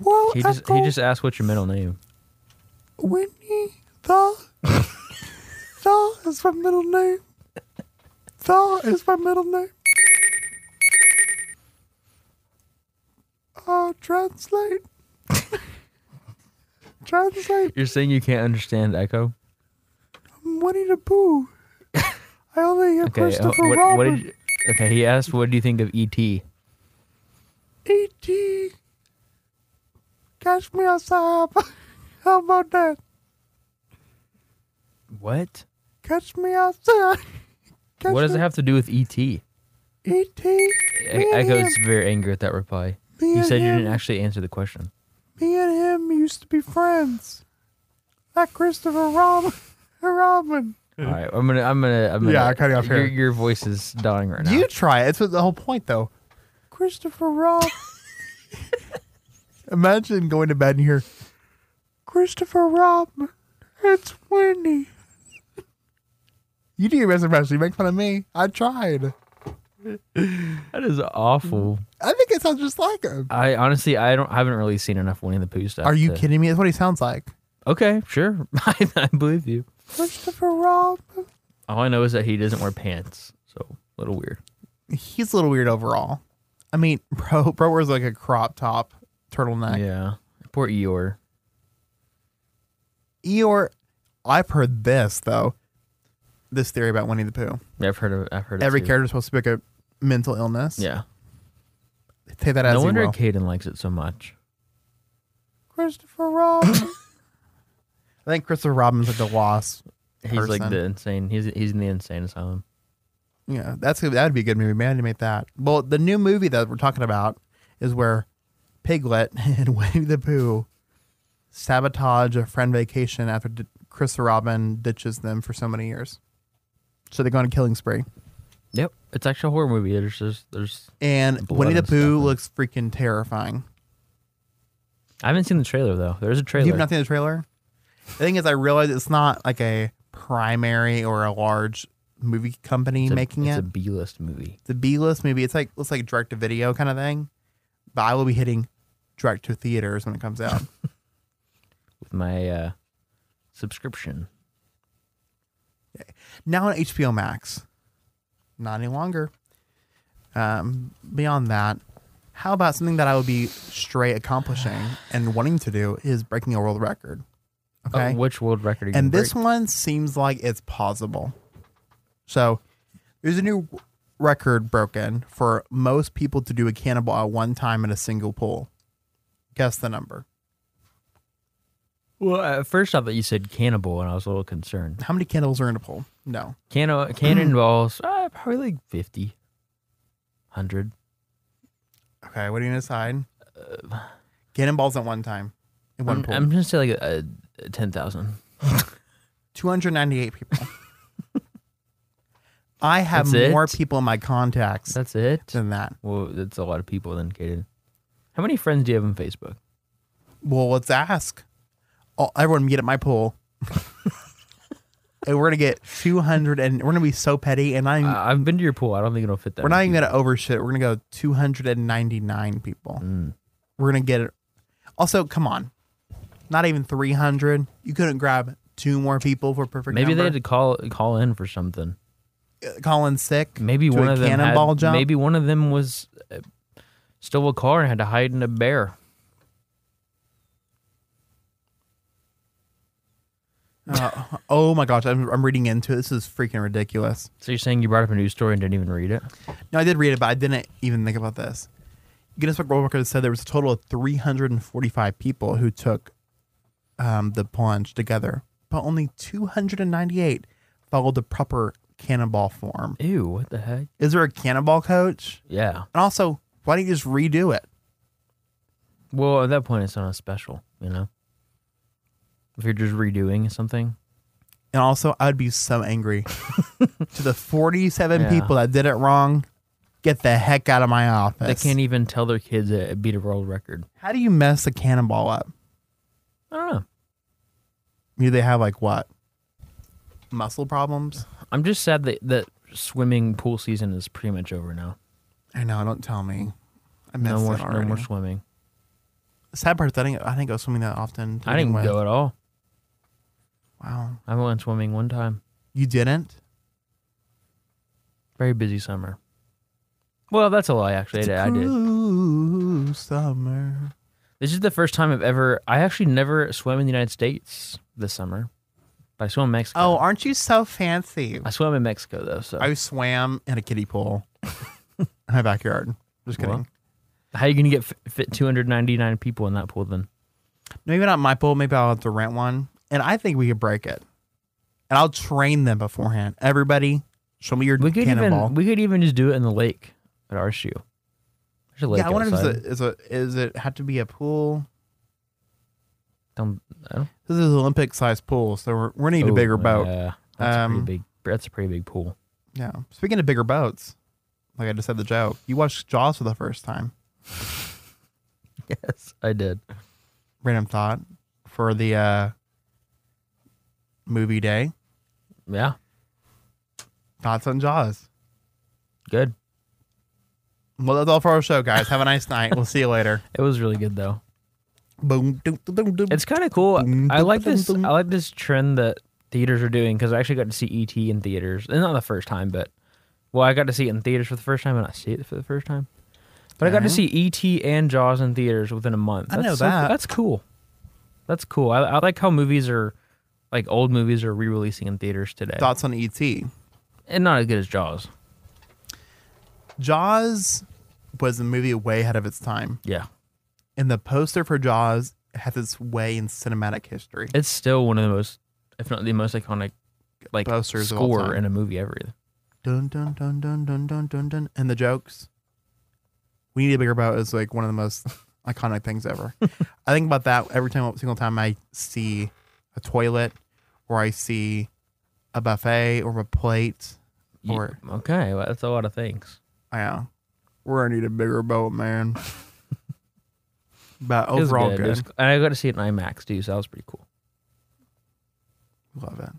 Speaker 2: Well,
Speaker 3: He just he
Speaker 2: Echo,
Speaker 3: just asked what's your middle name.
Speaker 2: Winnie the <laughs> the is my middle name. The is my middle name. Uh, translate. <laughs> translate.
Speaker 3: You're saying you can't understand Echo.
Speaker 2: Winnie the Pooh. I only hear
Speaker 3: Okay, uh,
Speaker 2: Christopher
Speaker 3: what, what
Speaker 2: Robin.
Speaker 3: did you- okay? He asked, "What do you think of E E.T.?"
Speaker 2: E.T. E Catch me outside. <laughs> How about that?
Speaker 3: What?
Speaker 2: Catch me outside. Catch
Speaker 3: <laughs> What does it
Speaker 2: me-
Speaker 3: have to do with E E.T.?
Speaker 2: E.T.
Speaker 3: E-
Speaker 2: Me and
Speaker 3: Echo's
Speaker 2: him-
Speaker 3: very angry at that reply.
Speaker 2: Me
Speaker 3: He
Speaker 2: and
Speaker 3: said you
Speaker 2: him.
Speaker 3: didn't actually answer the question.
Speaker 2: Me and him used to be friends. Like Christopher Robin. <laughs> Robin.
Speaker 3: All right, I'm gonna, I'm gonna, I'm gonna.
Speaker 2: Yeah, cut it off
Speaker 3: your,
Speaker 2: here.
Speaker 3: Your voice is dying right now.
Speaker 2: You try it. It's the whole point, though. Christopher Robin. <laughs> Imagine going to bed and hear Christopher Robin. It's Winnie. You do your best impression. You make fun of me. I tried.
Speaker 3: that is awful.
Speaker 2: I think it sounds just like him.
Speaker 3: I honestly, I don't, haven't really seen enough Winnie the Pooh stuff.
Speaker 2: Are you
Speaker 3: to-
Speaker 2: kidding me? That's what he sounds like.
Speaker 3: Okay, sure, <laughs> I, I believe you.
Speaker 2: Christopher Robin.
Speaker 3: All I know is that he doesn't wear pants, so a little weird.
Speaker 2: He's a little weird overall. I mean, <laughs> bro, bro wears like a crop top turtleneck.
Speaker 3: Yeah, poor Eeyore.
Speaker 2: Eeyore, I've heard this, though. This theory about Winnie the Pooh.
Speaker 3: I've heard of, I've heard
Speaker 2: every
Speaker 3: it too.
Speaker 2: character is supposed to pick a mental illness.
Speaker 3: Yeah,
Speaker 2: Take that as
Speaker 3: no
Speaker 2: you
Speaker 3: wonder
Speaker 2: will.
Speaker 3: Caden likes it so much.
Speaker 2: Christopher Robin. <laughs> I think Christopher Robin's like the wasp.
Speaker 3: He's like
Speaker 2: person.
Speaker 3: the insane. He's he's in the insane asylum.
Speaker 2: Yeah, that's that would be a good movie. Man, animate that. Well, the new movie that we're talking about is where Piglet <laughs> and Winnie the Pooh sabotage a friend vacation after D- Christopher Robin ditches them for so many years. So they go on a killing spree,
Speaker 3: Yep, it's actually a horror movie. There's just there's.
Speaker 2: and
Speaker 3: Blood
Speaker 2: Winnie the
Speaker 3: and stuff,
Speaker 2: Pooh
Speaker 3: huh?
Speaker 2: looks freaking terrifying.
Speaker 3: I haven't seen the trailer though. There's a trailer.
Speaker 2: You've not seen the trailer. The thing is, I realize it's not like a primary or a large movie company
Speaker 3: It's a-
Speaker 2: making
Speaker 3: it's
Speaker 2: it.
Speaker 3: a B-list movie.
Speaker 2: the B list movie. It's like it's like direct to video kind of thing. But I will be hitting direct to theaters when it comes
Speaker 3: <laughs>
Speaker 2: out.
Speaker 3: with my uh, subscription.
Speaker 2: now on HBO Max. Not any longer. Um, beyond that, How about something that I would be straight accomplishing and wanting to do is breaking a world record?
Speaker 3: Uh,
Speaker 2: Okay.
Speaker 3: which world record? Are you
Speaker 2: and
Speaker 3: gonna
Speaker 2: this
Speaker 3: break?
Speaker 2: one seems like it's plausible. So there's a new record broken for most people to do a cannibal at one time in a single pool. Guess the number.
Speaker 3: Well, at first I thought you said cannibal, and I was a little concerned.
Speaker 2: How many cannibals are in a pool? No.
Speaker 3: Canno-
Speaker 2: <clears throat>
Speaker 3: cannonballs, uh, probably like 50, 100.
Speaker 2: Okay, what are you gonna decide? Cannonballs at one time in one
Speaker 3: Uh, I'm,
Speaker 2: pool.
Speaker 3: I'm gonna say like a, a ten thousand.
Speaker 2: 298
Speaker 3: <laughs>
Speaker 2: people. I have
Speaker 3: That's
Speaker 2: more
Speaker 3: it?
Speaker 2: people in my contacts
Speaker 3: That's it.
Speaker 2: than that.
Speaker 3: Well, that's a lot of people then, Kaden. How many friends do you have on Facebook?
Speaker 2: Well, let's ask. All, everyone get at my pool. and we're gonna get 200 and we're gonna be so petty and I'm
Speaker 3: Uh, I've been to your pool. I don't think it'll fit that.
Speaker 2: we're not
Speaker 3: many
Speaker 2: even gonna overshit. We're gonna go 299 people.
Speaker 3: Mm.
Speaker 2: We're gonna get it. Also, come on. Not even 300. You couldn't grab two more people for perfect
Speaker 3: people. Maybe they
Speaker 2: number?
Speaker 3: had to call call in for something.
Speaker 2: Colin sick.
Speaker 3: Maybe
Speaker 2: to
Speaker 3: one
Speaker 2: a
Speaker 3: of them had-
Speaker 2: cannonball jump.
Speaker 3: Maybe one of them was uh, stole a car and had to hide in a bear.
Speaker 2: Uh, oh my gosh, I'm, I'm reading into it. This is freaking ridiculous.
Speaker 3: So you're saying you brought up a news story and didn't even read it?
Speaker 2: No, I did read it, but I didn't even think about this. Guinness Book World Records said there was a total of 345 people who took um, the plunge together, but only 298 followed the proper cannonball form.
Speaker 3: Ew! What the heck?
Speaker 2: Is there a cannonball coach?
Speaker 3: Yeah.
Speaker 2: And also, why don't you just redo it?
Speaker 3: Well, at that point, it's not a special, you know. If you're just redoing something,
Speaker 2: And also, I would be so angry
Speaker 3: <laughs>
Speaker 2: to the 47
Speaker 3: Yeah.
Speaker 2: people that did it wrong. Get the heck out of my office.
Speaker 3: they can't e- even tell their kids that it beat a world record.
Speaker 2: How do you mess a cannonball up?
Speaker 3: I don't know.
Speaker 2: Do they have like what? Muscle problems?
Speaker 3: I'm just sad that that swimming pool season is pretty much over now.
Speaker 2: I know. Don't tell me. I missed
Speaker 3: No more,
Speaker 2: it
Speaker 3: no
Speaker 2: already.
Speaker 3: more swimming.
Speaker 2: Sad part is I didn't. I didn't go swimming that often. to
Speaker 3: I didn't
Speaker 2: begin
Speaker 3: go
Speaker 2: with.
Speaker 3: at all.
Speaker 2: Wow.
Speaker 3: I went swimming one time.
Speaker 2: You didn't?
Speaker 3: Very busy summer. Well, that's a lie. Actually, I did. I did.
Speaker 2: Ooh, summer.
Speaker 3: This is the first time I've ever. I actually never swam in the United States this summer. But I swam in Mexico.
Speaker 2: Oh, aren't you so fancy?
Speaker 3: I swam in Mexico though, so
Speaker 2: I swam in a kiddie pool
Speaker 3: <laughs>
Speaker 2: in my backyard. Just kidding.
Speaker 3: Well. how you gonna get fit, fit 299 people in that pool then?
Speaker 2: Maybe not my pool. Maybe I'll have to rent one. And I think we could break it. And I'll train them beforehand. Everybody, show me your
Speaker 3: We could
Speaker 2: cannonball.
Speaker 3: even we could even just do it in the lake at our shoe. There's a lake
Speaker 2: yeah, I wonder if
Speaker 3: outside.
Speaker 2: it's a, is a is it have to be a pool?
Speaker 3: Don't- I don't-
Speaker 2: This is an Olympic sized pool, so we're, we're gonna need a
Speaker 3: Oh,
Speaker 2: bigger boat.
Speaker 3: Yeah, that's a
Speaker 2: Um,
Speaker 3: pretty big. That's a pretty
Speaker 2: <laughs>
Speaker 3: big pool.
Speaker 2: Yeah. Speaking of bigger boats, like I just said the joke, you watched Jaws for the first time.
Speaker 3: Yes, I did.
Speaker 2: Random thought for the uh, movie day.
Speaker 3: Yeah,
Speaker 2: Thoughts on Jaws.
Speaker 3: good.
Speaker 2: Well, that's all for our show, guys. Have a nice night. We'll see you later.
Speaker 3: It was really good though.
Speaker 2: Boom. Doom, doom, doom, doom.
Speaker 3: It's kind of cool.
Speaker 2: Dum,
Speaker 3: I
Speaker 2: dum,
Speaker 3: like
Speaker 2: dum,
Speaker 3: this.
Speaker 2: dum.
Speaker 3: I like this trend that theaters are doing because I actually got to see ET in theaters, and not the first time, but well, I got to see it in theaters for the first time, and I see it for the first time. But I got to see ET and Jaws in theaters within a month.
Speaker 2: I
Speaker 3: That's
Speaker 2: know
Speaker 3: so-
Speaker 2: that.
Speaker 3: that's cool. That's cool. I, I like how movies are, like old movies are re-releasing in theaters today,
Speaker 2: Thoughts on E ET.
Speaker 3: and not as good as Jaws.
Speaker 2: Jaws was a movie way ahead of its time,
Speaker 3: Yeah,
Speaker 2: and the poster for Jaws has its way in cinematic history.
Speaker 3: it's still one of the most, if not the most iconic, like
Speaker 2: Posters of all
Speaker 3: score
Speaker 2: time.
Speaker 3: in a movie ever.
Speaker 2: dun dun dun dun dun dun dun dun and the jokes we need a bigger boat is like one of the
Speaker 3: <laughs>
Speaker 2: most iconic things ever i think about that every time single time i see a toilet or i see a buffet or a plate
Speaker 3: You-
Speaker 2: or
Speaker 3: okay, well, that's a lot of things.
Speaker 2: yeah we're gonna need a bigger boat <laughs> man but
Speaker 3: It was
Speaker 2: overall
Speaker 3: good.
Speaker 2: good,
Speaker 3: It was- and I got to see it in IMAX too, so that was pretty cool.
Speaker 2: love it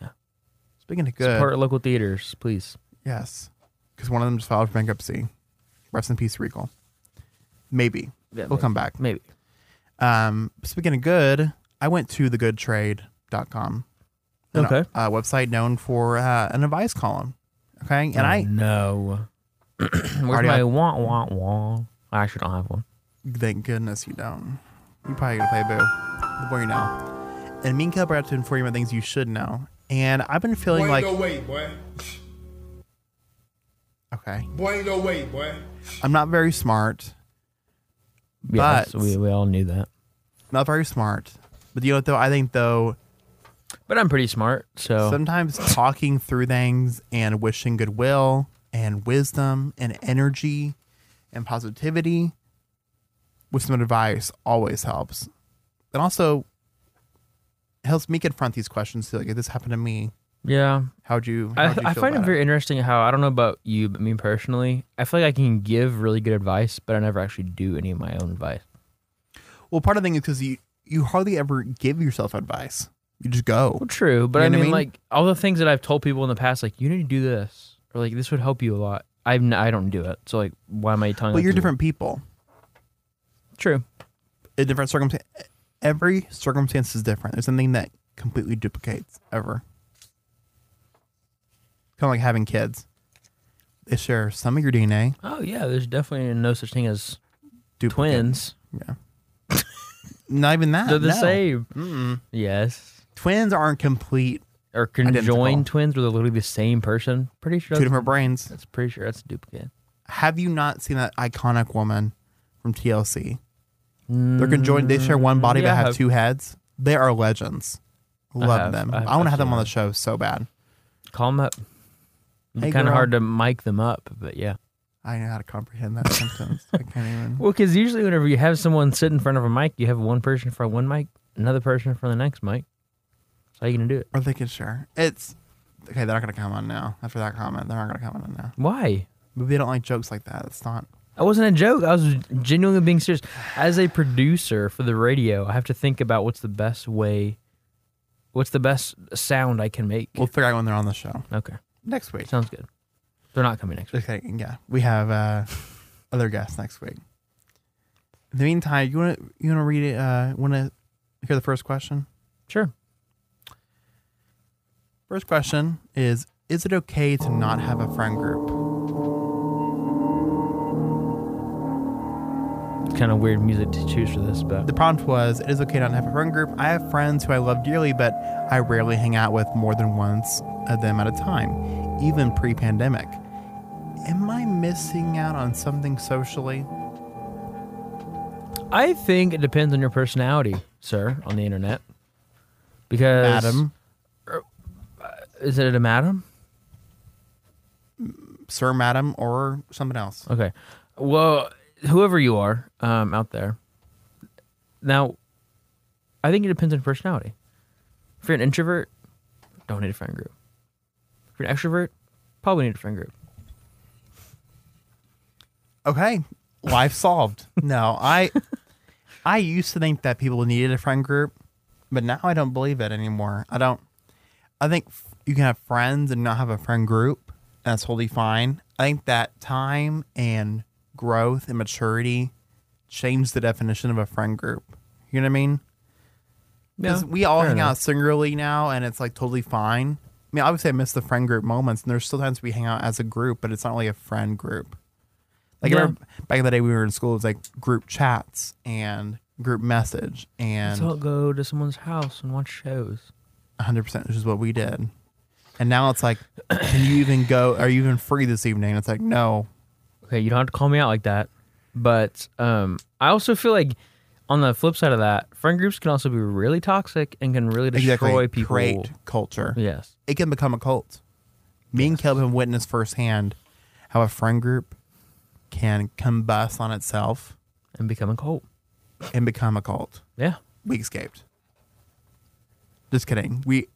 Speaker 3: Yeah.
Speaker 2: speaking of good
Speaker 3: Support local theaters, please.
Speaker 2: yes because one of them just filed for bankruptcy rest in peace regal maybe
Speaker 3: Yeah,
Speaker 2: we'll come back
Speaker 3: Maybe.
Speaker 2: Um, speaking of good, I went to thegoodtrade.com. An,
Speaker 3: Okay.
Speaker 2: Uh, website known for uh, an advice column. Okay. And I
Speaker 3: no. <clears throat> Where's
Speaker 2: Already
Speaker 3: my
Speaker 2: on-
Speaker 3: wah wah wah? I actually don't have one.
Speaker 2: Thank goodness you don't. You probably gonna play Boo. The more you know. And me and Caleb are about to inform you about things you should know. And I've been feeling
Speaker 7: Boy,
Speaker 2: like
Speaker 7: no way, boy.
Speaker 2: okay,
Speaker 7: Boy, no way, boy.
Speaker 2: I'm not very smart.
Speaker 3: Yeah,
Speaker 2: But-
Speaker 3: we, we all knew that.
Speaker 2: Not very smart. But you know what though? I think though
Speaker 3: But I'm pretty smart, so
Speaker 2: sometimes talking through things and wishing goodwill and wisdom and energy and positivity with some advice always helps. And also it helps me confront these questions. So like, if this happened to me,
Speaker 3: yeah.
Speaker 2: how'd you? How'd
Speaker 3: I,
Speaker 2: you
Speaker 3: I
Speaker 2: feel
Speaker 3: find it
Speaker 2: about
Speaker 3: very interesting how I don't know about you, but me personally, I feel like I can give really good advice, but I never actually do any of my own advice.
Speaker 2: Well, part of the thing is because you you hardly ever give yourself advice. You just go.
Speaker 3: Well, true, but
Speaker 2: You
Speaker 3: I
Speaker 2: know what I
Speaker 3: mean,
Speaker 2: mean?
Speaker 3: like all the things that I've told people in the past, like you need to do this, or like this would help you a lot. I've n- I don't do it, so like why am I telling?
Speaker 2: But
Speaker 3: other
Speaker 2: you're
Speaker 3: people?
Speaker 2: different people
Speaker 3: True.
Speaker 2: in different circumstances. Every circumstance is different. There's something that completely duplicates ever. Kind of like having kids. They share some of your DNA.
Speaker 3: Oh yeah, there's definitely no such thing as
Speaker 2: Duplicate.
Speaker 3: twins.
Speaker 2: Not even that.
Speaker 3: They're the
Speaker 2: no.
Speaker 3: same. Yes.
Speaker 2: Twins aren't complete.
Speaker 3: Or conjoined
Speaker 2: Identical.
Speaker 3: twins where they're literally the same person. Pretty sure
Speaker 2: Two
Speaker 3: that's,
Speaker 2: different brains.
Speaker 3: <laughs> that's pretty sure that's a duplicate.
Speaker 2: Have you not seen that iconic woman from TLC?
Speaker 3: Mm,
Speaker 2: They're conjoined. They share one body
Speaker 3: yeah, I
Speaker 2: but have
Speaker 3: have.
Speaker 2: two heads. They are legends. Love
Speaker 3: have.
Speaker 2: them.
Speaker 3: I have-
Speaker 2: I want to have
Speaker 3: I've
Speaker 2: them
Speaker 3: seen
Speaker 2: on the
Speaker 3: that.
Speaker 2: show so bad.
Speaker 3: Call them up. It'd be
Speaker 2: Hey,
Speaker 3: kind
Speaker 2: girl.
Speaker 3: of hard to mic them up, but yeah.
Speaker 2: I know how to comprehend that sentence. I can't even.
Speaker 3: Well, because usually whenever you have someone sit in front of a mic, you have one person for one mic, another person for the next mic. So how you gonna do it?
Speaker 2: Or they could share. It's okay. They're not gonna come on now. After that comment, they're not gonna come on now.
Speaker 3: Why?
Speaker 2: Maybe they don't like jokes like that. It's not.
Speaker 3: That wasn't a joke. I was genuinely being serious. As a producer for the radio, I have to think about what's the best way, what's the best sound I can make.
Speaker 2: We'll figure out when they're on the show
Speaker 3: Okay,
Speaker 2: next week.
Speaker 3: sounds good. They're not coming next week.
Speaker 2: Okay. Yeah, we have uh, other guests next week. In the meantime, you wanna you wanna read it? Uh, wanna hear the first question?
Speaker 3: Sure.
Speaker 2: First question is: Is it okay to not have a friend group?
Speaker 3: It's kind of weird music to choose for this, but
Speaker 2: The prompt was: It is okay not to have a friend group. I have friends who I love dearly, but I rarely hang out with more than once of them at a time, even pre-pandemic. Am I missing out on something socially?
Speaker 3: I think it depends on your personality, sir, on the internet. Because
Speaker 2: Madam,
Speaker 3: is it a madam?
Speaker 2: sir, madam, or something else?
Speaker 3: Okay. Well, whoever you are um, out there, now, I think it depends on personality. If you're an introvert, don't need a friend group. If you're an extrovert, probably need a friend group.
Speaker 2: Okay, life solved. No, I, I used to think that people needed a friend group, but now I don't believe it anymore. I don't. I think f- you can have friends and not have a friend group, and that's totally fine. I think that time and growth and maturity changed the definition of a friend group. You know what I mean? Because we all
Speaker 3: fair
Speaker 2: hang
Speaker 3: enough.
Speaker 2: out singularly now, and it's like totally fine. I mean, obviously, I miss the friend group moments, and there's still times we hang out as a group, but it's not really a friend group. Like I
Speaker 3: Yeah.
Speaker 2: remember back in the day, we were in school. It was like group chats and group message, and
Speaker 3: Let's all go to someone's house and watch shows.
Speaker 2: 100, percent which is what we did. And now it's like, can you even go? Are you even free this evening? And it's like, no.
Speaker 3: Okay, you don't have to call me out like that. But um, I also feel like on the flip side of that, friend groups can also be really toxic and can really destroy
Speaker 2: Exactly.
Speaker 3: people.
Speaker 2: Create culture.
Speaker 3: Yes.
Speaker 2: It can become a cult. Me and Caleb have witnessed firsthand how a friend group can combust on itself.
Speaker 3: And become a cult.
Speaker 2: and become a cult.
Speaker 3: Yeah.
Speaker 2: We escaped. Just kidding. We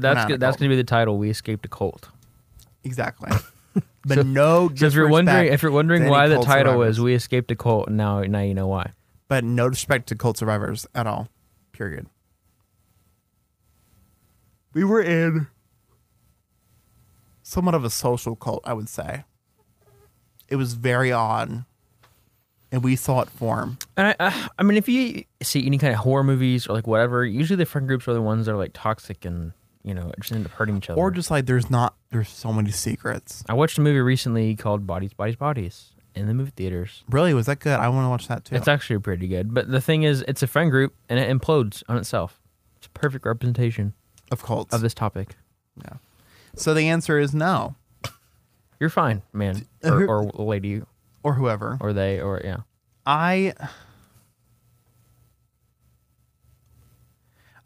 Speaker 2: not
Speaker 3: that's
Speaker 2: in a
Speaker 3: go- that's
Speaker 2: cult.
Speaker 3: gonna be the title. We escaped a cult. <laughs>
Speaker 2: exactly. But no.
Speaker 3: So if you're
Speaker 2: disrespect
Speaker 3: wondering, if you're
Speaker 2: to
Speaker 3: wondering
Speaker 2: any
Speaker 3: why the
Speaker 2: cult
Speaker 3: title is
Speaker 2: survivors,
Speaker 3: "We Escaped a Cult," now now you know why.
Speaker 2: but no disrespect to cult survivors at all. Period. We were in somewhat of a social cult, I would say. It was very odd, and we saw it form.
Speaker 3: And I, I, I mean, if you see any kind of horror movies or like whatever, usually the friend groups are the ones that are like toxic and you know just end up hurting each other.
Speaker 2: Or just like there's not there's so many secrets.
Speaker 3: I watched a movie recently called Bodies, Bodies, Bodies, in the movie theaters.
Speaker 2: Really, was that good? I want to watch that too.
Speaker 3: It's actually pretty good. But the thing is, it's a friend group and it implodes on itself. It's a perfect representation
Speaker 2: of cults.
Speaker 3: of this topic.
Speaker 2: so the answer is no,
Speaker 3: You're fine, man,
Speaker 2: Uh,
Speaker 3: or,
Speaker 2: who-
Speaker 3: or lady,
Speaker 2: or whoever.
Speaker 3: or they, or yeah.
Speaker 2: I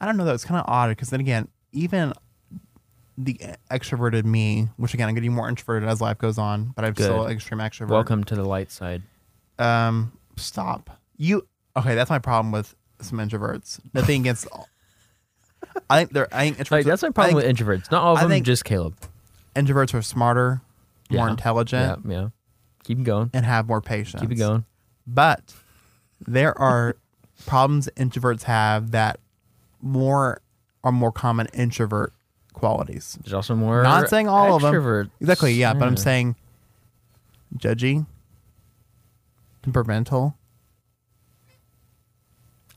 Speaker 2: I don't know though. It's kind of odd because then again, even the extroverted me, which again I'm getting more introverted as life goes on, but I'm
Speaker 3: Good.
Speaker 2: still extreme extrovert.
Speaker 3: Welcome to the light side.
Speaker 2: Um, stop. You okay? That's my problem with some introverts. Nothing against. all- I think they're. I think introverts.
Speaker 3: Like, that's my problem
Speaker 2: I think
Speaker 3: with introverts. Not all of
Speaker 2: I
Speaker 3: them,
Speaker 2: think-
Speaker 3: just Caleb.
Speaker 2: introverts are smarter, more
Speaker 3: Yeah.
Speaker 2: intelligent,
Speaker 3: Yeah, yeah. Keep 'em going.
Speaker 2: and have more patience.
Speaker 3: Keep it going.
Speaker 2: but there are problems introverts have that more are more common introvert qualities.
Speaker 3: There's also more.
Speaker 2: Not saying all of them
Speaker 3: extroverts.
Speaker 2: exactly, yeah, but I'm
Speaker 3: Yeah.
Speaker 2: saying judgy, temperamental.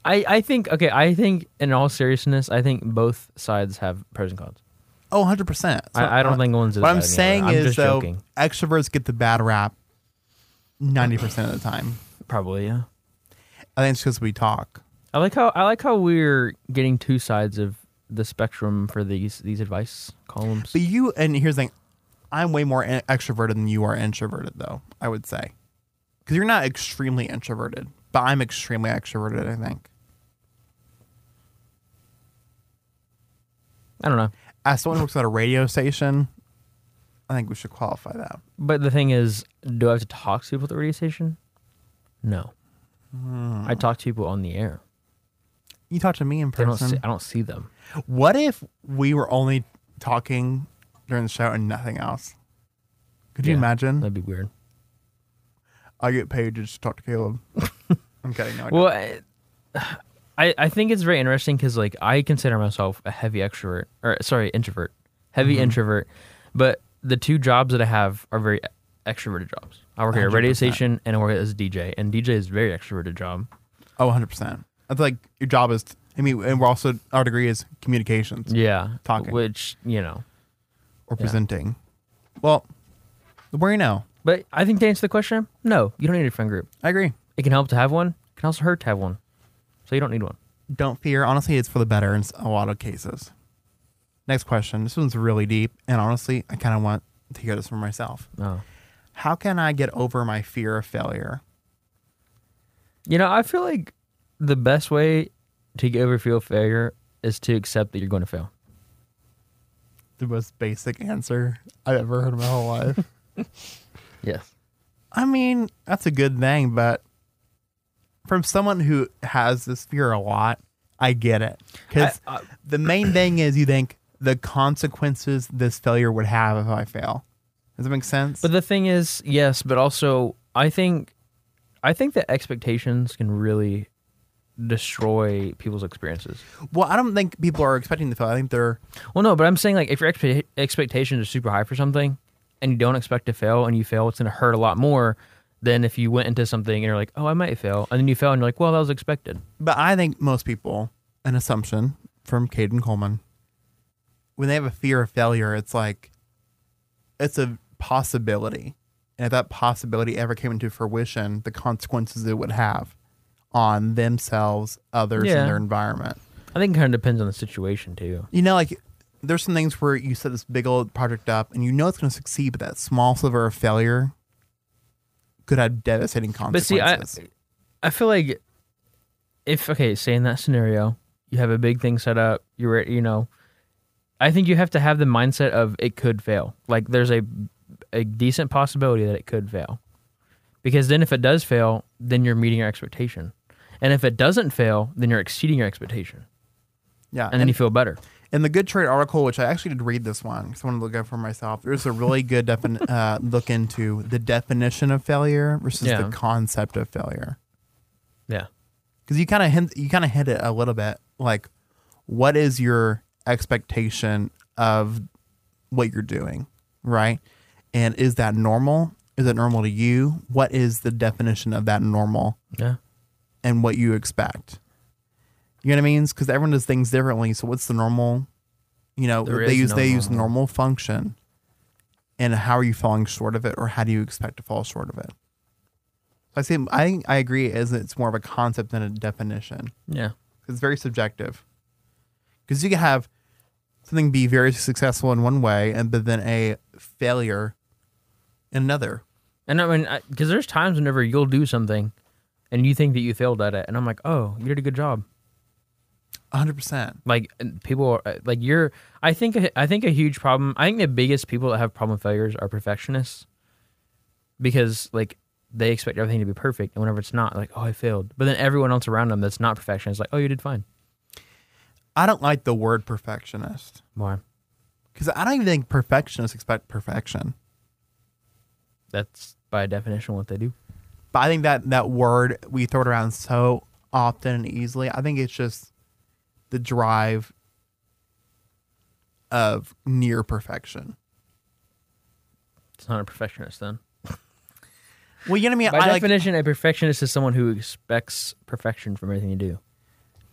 Speaker 3: I, I think okay. I think in all seriousness, I think both sides have pros and cons.
Speaker 2: Oh, 100 percent.
Speaker 3: I- I don't think one's as
Speaker 2: uh, What I'm
Speaker 3: bad as the other.
Speaker 2: saying
Speaker 3: I'm
Speaker 2: is
Speaker 3: just
Speaker 2: though,
Speaker 3: joking.
Speaker 2: extroverts get the bad rap 90 percent of the time.
Speaker 3: Probably yeah.
Speaker 2: I think it's because we talk.
Speaker 3: I like how I like how we're getting two sides of the spectrum for these these advice columns.
Speaker 2: But you and here's the thing, I'm way more in- extroverted than you are introverted, though. I would say, because you're not extremely introverted, but I'm extremely extroverted. I think.
Speaker 3: I don't know.
Speaker 2: As someone who works at a radio station, I think we should qualify that.
Speaker 3: But the thing is, do I have to talk to people at the radio station? No.
Speaker 2: Hmm.
Speaker 3: I talk to people on the air.
Speaker 2: You talk to me in
Speaker 3: They don't see,
Speaker 2: person.
Speaker 3: I don't see them.
Speaker 2: What if we were only talking during the show and nothing else? Could you
Speaker 3: Yeah.
Speaker 2: imagine?
Speaker 3: That'd be weird.
Speaker 2: I get paid to just talk to
Speaker 3: <laughs>
Speaker 2: Caleb. I'm kidding. No, I
Speaker 3: Well, I, I I think it's very interesting because like I consider myself a heavy extrovert or sorry introvert, heavy introvert, but the two jobs that I have are very extroverted jobs. I work at a radio
Speaker 2: 100%.
Speaker 3: station and I work as a DJ, and DJ is a very extroverted job.
Speaker 2: don't. oh, 100 percent. I feel like your job is. I mean, and we're also our degree is communications.
Speaker 3: Yeah,
Speaker 2: Talking.
Speaker 3: which you know,
Speaker 2: or presenting. Well, where you know,
Speaker 3: but I think to answer the question, no, you don't need a friend group.
Speaker 2: I agree.
Speaker 3: It can help to have one. It can also hurt to have one, so you don't need one.
Speaker 2: Don't fear. Honestly, it's for the better in a lot of cases. Next question. This one's really deep, and honestly, I kind of want to hear this from myself.
Speaker 3: No,
Speaker 2: How can I get over my fear of failure?
Speaker 3: you know I feel like the best way to get over feel failure is to accept that you're going to fail.
Speaker 2: The most basic answer I've ever heard in my whole life.
Speaker 3: Yes.
Speaker 2: I mean, that's a good thing, but from someone who has this fear a lot, I get it. Because
Speaker 3: I- uh, I-
Speaker 2: the
Speaker 3: <clears throat>
Speaker 2: main thing is you think the consequences this failure would have if I fail. Does that make sense?
Speaker 3: But the thing is, yes, but also I think I think that expectations can really destroy people's experiences.
Speaker 2: well, I don't think people are expecting the fail. I think they're
Speaker 3: Well, no, but I'm saying like if your expe- expectations are super high for something and you don't expect to fail and you fail, it's going to hurt a lot more than if you went into something and you're like, "Oh, I might fail." And then you fail and you're like, "Well, that was expected."
Speaker 2: But I think most people, an assumption from Caden Coleman, when they have a fear of failure, it's like it's a possibility. And if that possibility ever came into fruition, the consequences it would have on themselves, others,
Speaker 3: Yeah.
Speaker 2: and their environment.
Speaker 3: I think it kind of depends on the situation too.
Speaker 2: You know, like there's some things where you set this big old project up and you know it's going to succeed, but that small sliver of failure could have devastating
Speaker 3: But see, I
Speaker 2: consequences.
Speaker 3: I feel like if okay, say in that scenario, you have a big thing set up, you're re- you know, I think you have to have the mindset of it could fail. Like there's a a decent possibility that it could fail. Because then if it does fail, then you're meeting your expectation. And if it doesn't fail, then you're exceeding your expectation.
Speaker 2: yeah,
Speaker 3: And then you feel better.
Speaker 2: In the Good Trade article, which I actually did read this one because I wanted to look up for myself, there's a really good defin- uh, look into the definition of failure versus
Speaker 3: Yeah.
Speaker 2: the concept of failure.
Speaker 3: Yeah.
Speaker 2: Because you kind of hint, you kind of hit it a little bit. Like, what is your expectation of what you're doing, right? And is that normal? Is it normal to you? What is the definition of that normal?
Speaker 3: Yeah.
Speaker 2: and what you expect. You know what I mean? Because everyone does things differently. So what's the normal? You know,
Speaker 3: There
Speaker 2: they
Speaker 3: is
Speaker 2: use
Speaker 3: no
Speaker 2: they use
Speaker 3: normal.
Speaker 2: normal function, and how are you falling short of it, or how do you expect to fall short of it? I see. I think I agree. Is it's more of a concept than a definition.
Speaker 3: Yeah.
Speaker 2: It's very subjective. Because you can have something be very successful in one way, and but then a failure in another.
Speaker 3: And I mean, because there's times whenever you'll do something and you think that you failed at it. And I'm like, oh, you did a good job.
Speaker 2: hundred percent.
Speaker 3: Like and people are uh, like you're. I think uh, I think a huge problem. I think the biggest people that have problem with failures are perfectionists, because like they expect everything to be perfect, and whenever it's not, like oh I failed. But then everyone else around them that's not perfectionist, is like oh you did fine.
Speaker 2: I don't like the word perfectionist
Speaker 3: Why?
Speaker 2: because I don't even think perfectionists expect perfection.
Speaker 3: That's by definition what they do.
Speaker 2: But I think that that word we throw it around so often and easily. I think it's just the drive of near perfection.
Speaker 3: It's not a perfectionist then.
Speaker 2: Well, you know what I mean.
Speaker 3: By
Speaker 2: I like,
Speaker 3: definition, a perfectionist is someone who expects perfection from everything you do.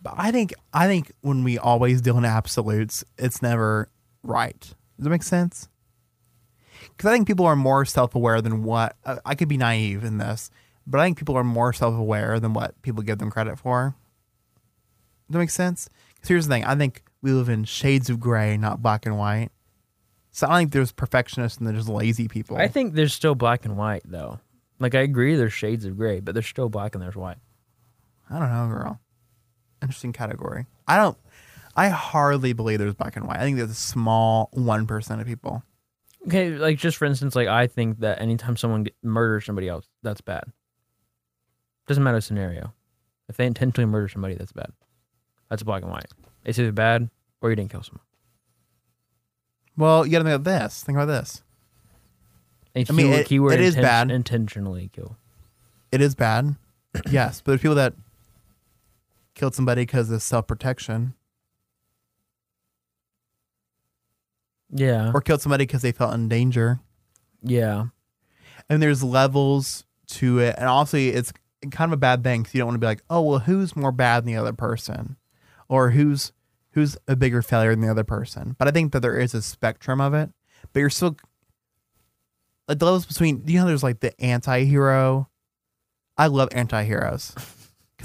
Speaker 2: But I think I think when we always deal in absolutes, it's never right. Does that make sense? Because I think people are more self-aware than what uh, I I could be naive in this, but I think people are more self-aware than what people give them credit for. Does that make sense? 'Cause here's the thing: I think we live in shades of gray, not black and white. So I don't think there's perfectionists and there's lazy people.
Speaker 3: I think there's still black and white though. Like I agree, there's shades of gray, but there's still black and there's white.
Speaker 2: I don't know, girl. Interesting category. I don't. I hardly believe there's black and white. I think there's a small one percent of people.
Speaker 3: Okay, like just for instance, like I think that anytime someone get- murders somebody else, that's bad. Doesn't matter the scenario. If they intentionally murder somebody, that's bad. That's black and white. It's either bad or you didn't kill someone.
Speaker 2: Well, you got to think about this. Think about this.
Speaker 3: And
Speaker 2: I mean,
Speaker 3: keyword,
Speaker 2: it-
Speaker 3: keyword
Speaker 2: it is
Speaker 3: inten-
Speaker 2: bad.
Speaker 3: Intentionally kill.
Speaker 2: It is bad, <clears throat> yes, but there's people that killed somebody because of self protection,
Speaker 3: Yeah.
Speaker 2: or killed somebody because they felt in danger.
Speaker 3: yeah.
Speaker 2: And there's levels to it, and obviously it's kind of a bad thing. So you don't want to be like, oh well, who's more bad than the other person, or who's who's a bigger failure than the other person. But I think that there is a spectrum of it. But you're still like the levels between you know there's like the anti-hero. I love
Speaker 3: <laughs>
Speaker 2: anti-heroes. 'Cause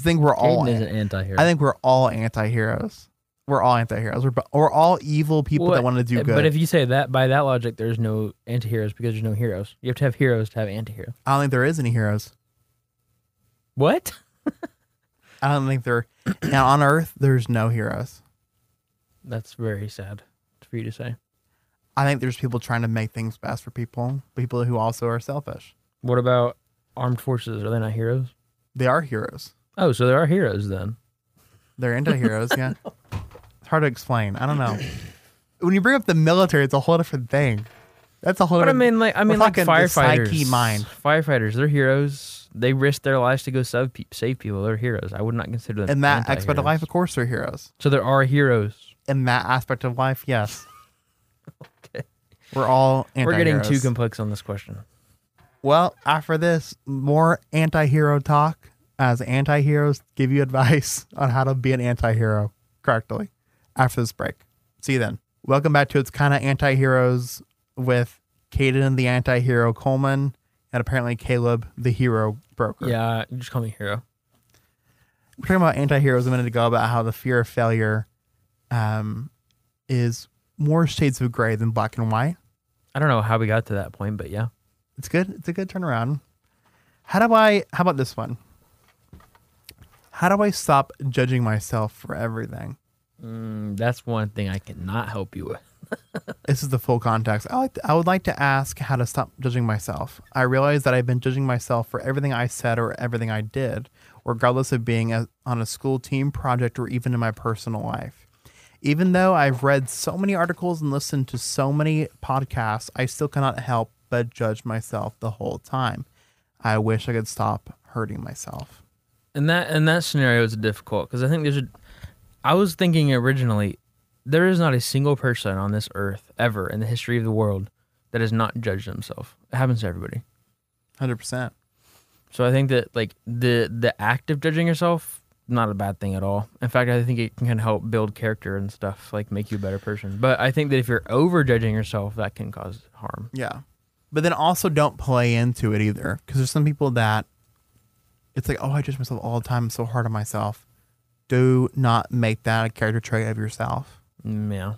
Speaker 2: I think we're all
Speaker 3: Caden is an anti-hero.
Speaker 2: I think we're all anti-heroes. We're all anti-heroes. We're, bo- we're all evil people
Speaker 3: Well, eh,
Speaker 2: that want to do good.
Speaker 3: But if you say that by that logic, there's no anti-heroes because there's no heroes. You have to have heroes to have anti-heroes.
Speaker 2: I don't think there is any heroes.
Speaker 3: What? <laughs>
Speaker 2: I don't think there. now on Earth, there's no heroes.
Speaker 3: That's very sad for you to say.
Speaker 2: I think there's people trying to make things best for people. People who also are selfish.
Speaker 3: What about armed forces? Are they not heroes?
Speaker 2: They are heroes.
Speaker 3: Oh, so there are heroes then.
Speaker 2: They're
Speaker 3: <laughs>
Speaker 2: anti-heroes. yeah. It's hard to explain. I don't know. When you bring up the military, it's a whole different thing. That's a whole.
Speaker 3: But I
Speaker 2: different,
Speaker 3: mean, like, I
Speaker 2: we're
Speaker 3: mean, like
Speaker 2: talking the
Speaker 3: firefighters.
Speaker 2: psyche mind.
Speaker 3: Firefighters, they're heroes. They risk their lives to go save, pe- save people. They're heroes. I would not consider them.
Speaker 2: In that aspect of
Speaker 3: anti-heroes.
Speaker 2: life, of course, they're heroes.
Speaker 3: So there are heroes.
Speaker 2: In that aspect of life, yes.
Speaker 3: <laughs> Okay.
Speaker 2: We're all. Anti-heroes.
Speaker 3: We're getting too complex on this question.
Speaker 2: Well, after this, more anti hero talk as anti heroes give you advice <laughs> on how to be an anti hero correctly after this break. See you then. Welcome back to It's Kind of Anti Heroes with Caden, the anti hero Coleman, and apparently Caleb, the hero broker.
Speaker 3: Yeah, you just call me hero.
Speaker 2: We We're talking about anti heroes a minute ago about how the fear of failure um, is more shades of gray than black and white.
Speaker 3: I don't know how we got to that point, but yeah.
Speaker 2: It's good. It's a good turnaround. How do I? How about this one? How do I stop judging myself for everything?
Speaker 3: Mm, that's one thing I cannot help you with.
Speaker 2: This is the full context. I like. To, I would like to ask how to stop judging myself. I realize that I've been judging myself for everything I said or everything I did, regardless of being a, on a school team project or even in my personal life. Even though I've read so many articles and listened to so many podcasts, I still cannot help but judge myself the whole time. I wish I could stop hurting myself.
Speaker 3: And that and that scenario is difficult because I think there's a. I was thinking originally, there is not a single person on this earth ever in the history of the world that has not judged themselves. It happens to everybody.
Speaker 2: Hundred percent.
Speaker 3: So I think that like the the act of judging yourself not a bad thing at all. In fact, I think it can help build character and stuff, like make you a better person. But I think that if you're over judging yourself, that can cause harm.
Speaker 2: Yeah, but then also don't play into it either, because there's some people that It's like, oh, I judge myself all the time. I'm so hard on myself. Do not make that a character trait of yourself.
Speaker 3: Mm, yeah.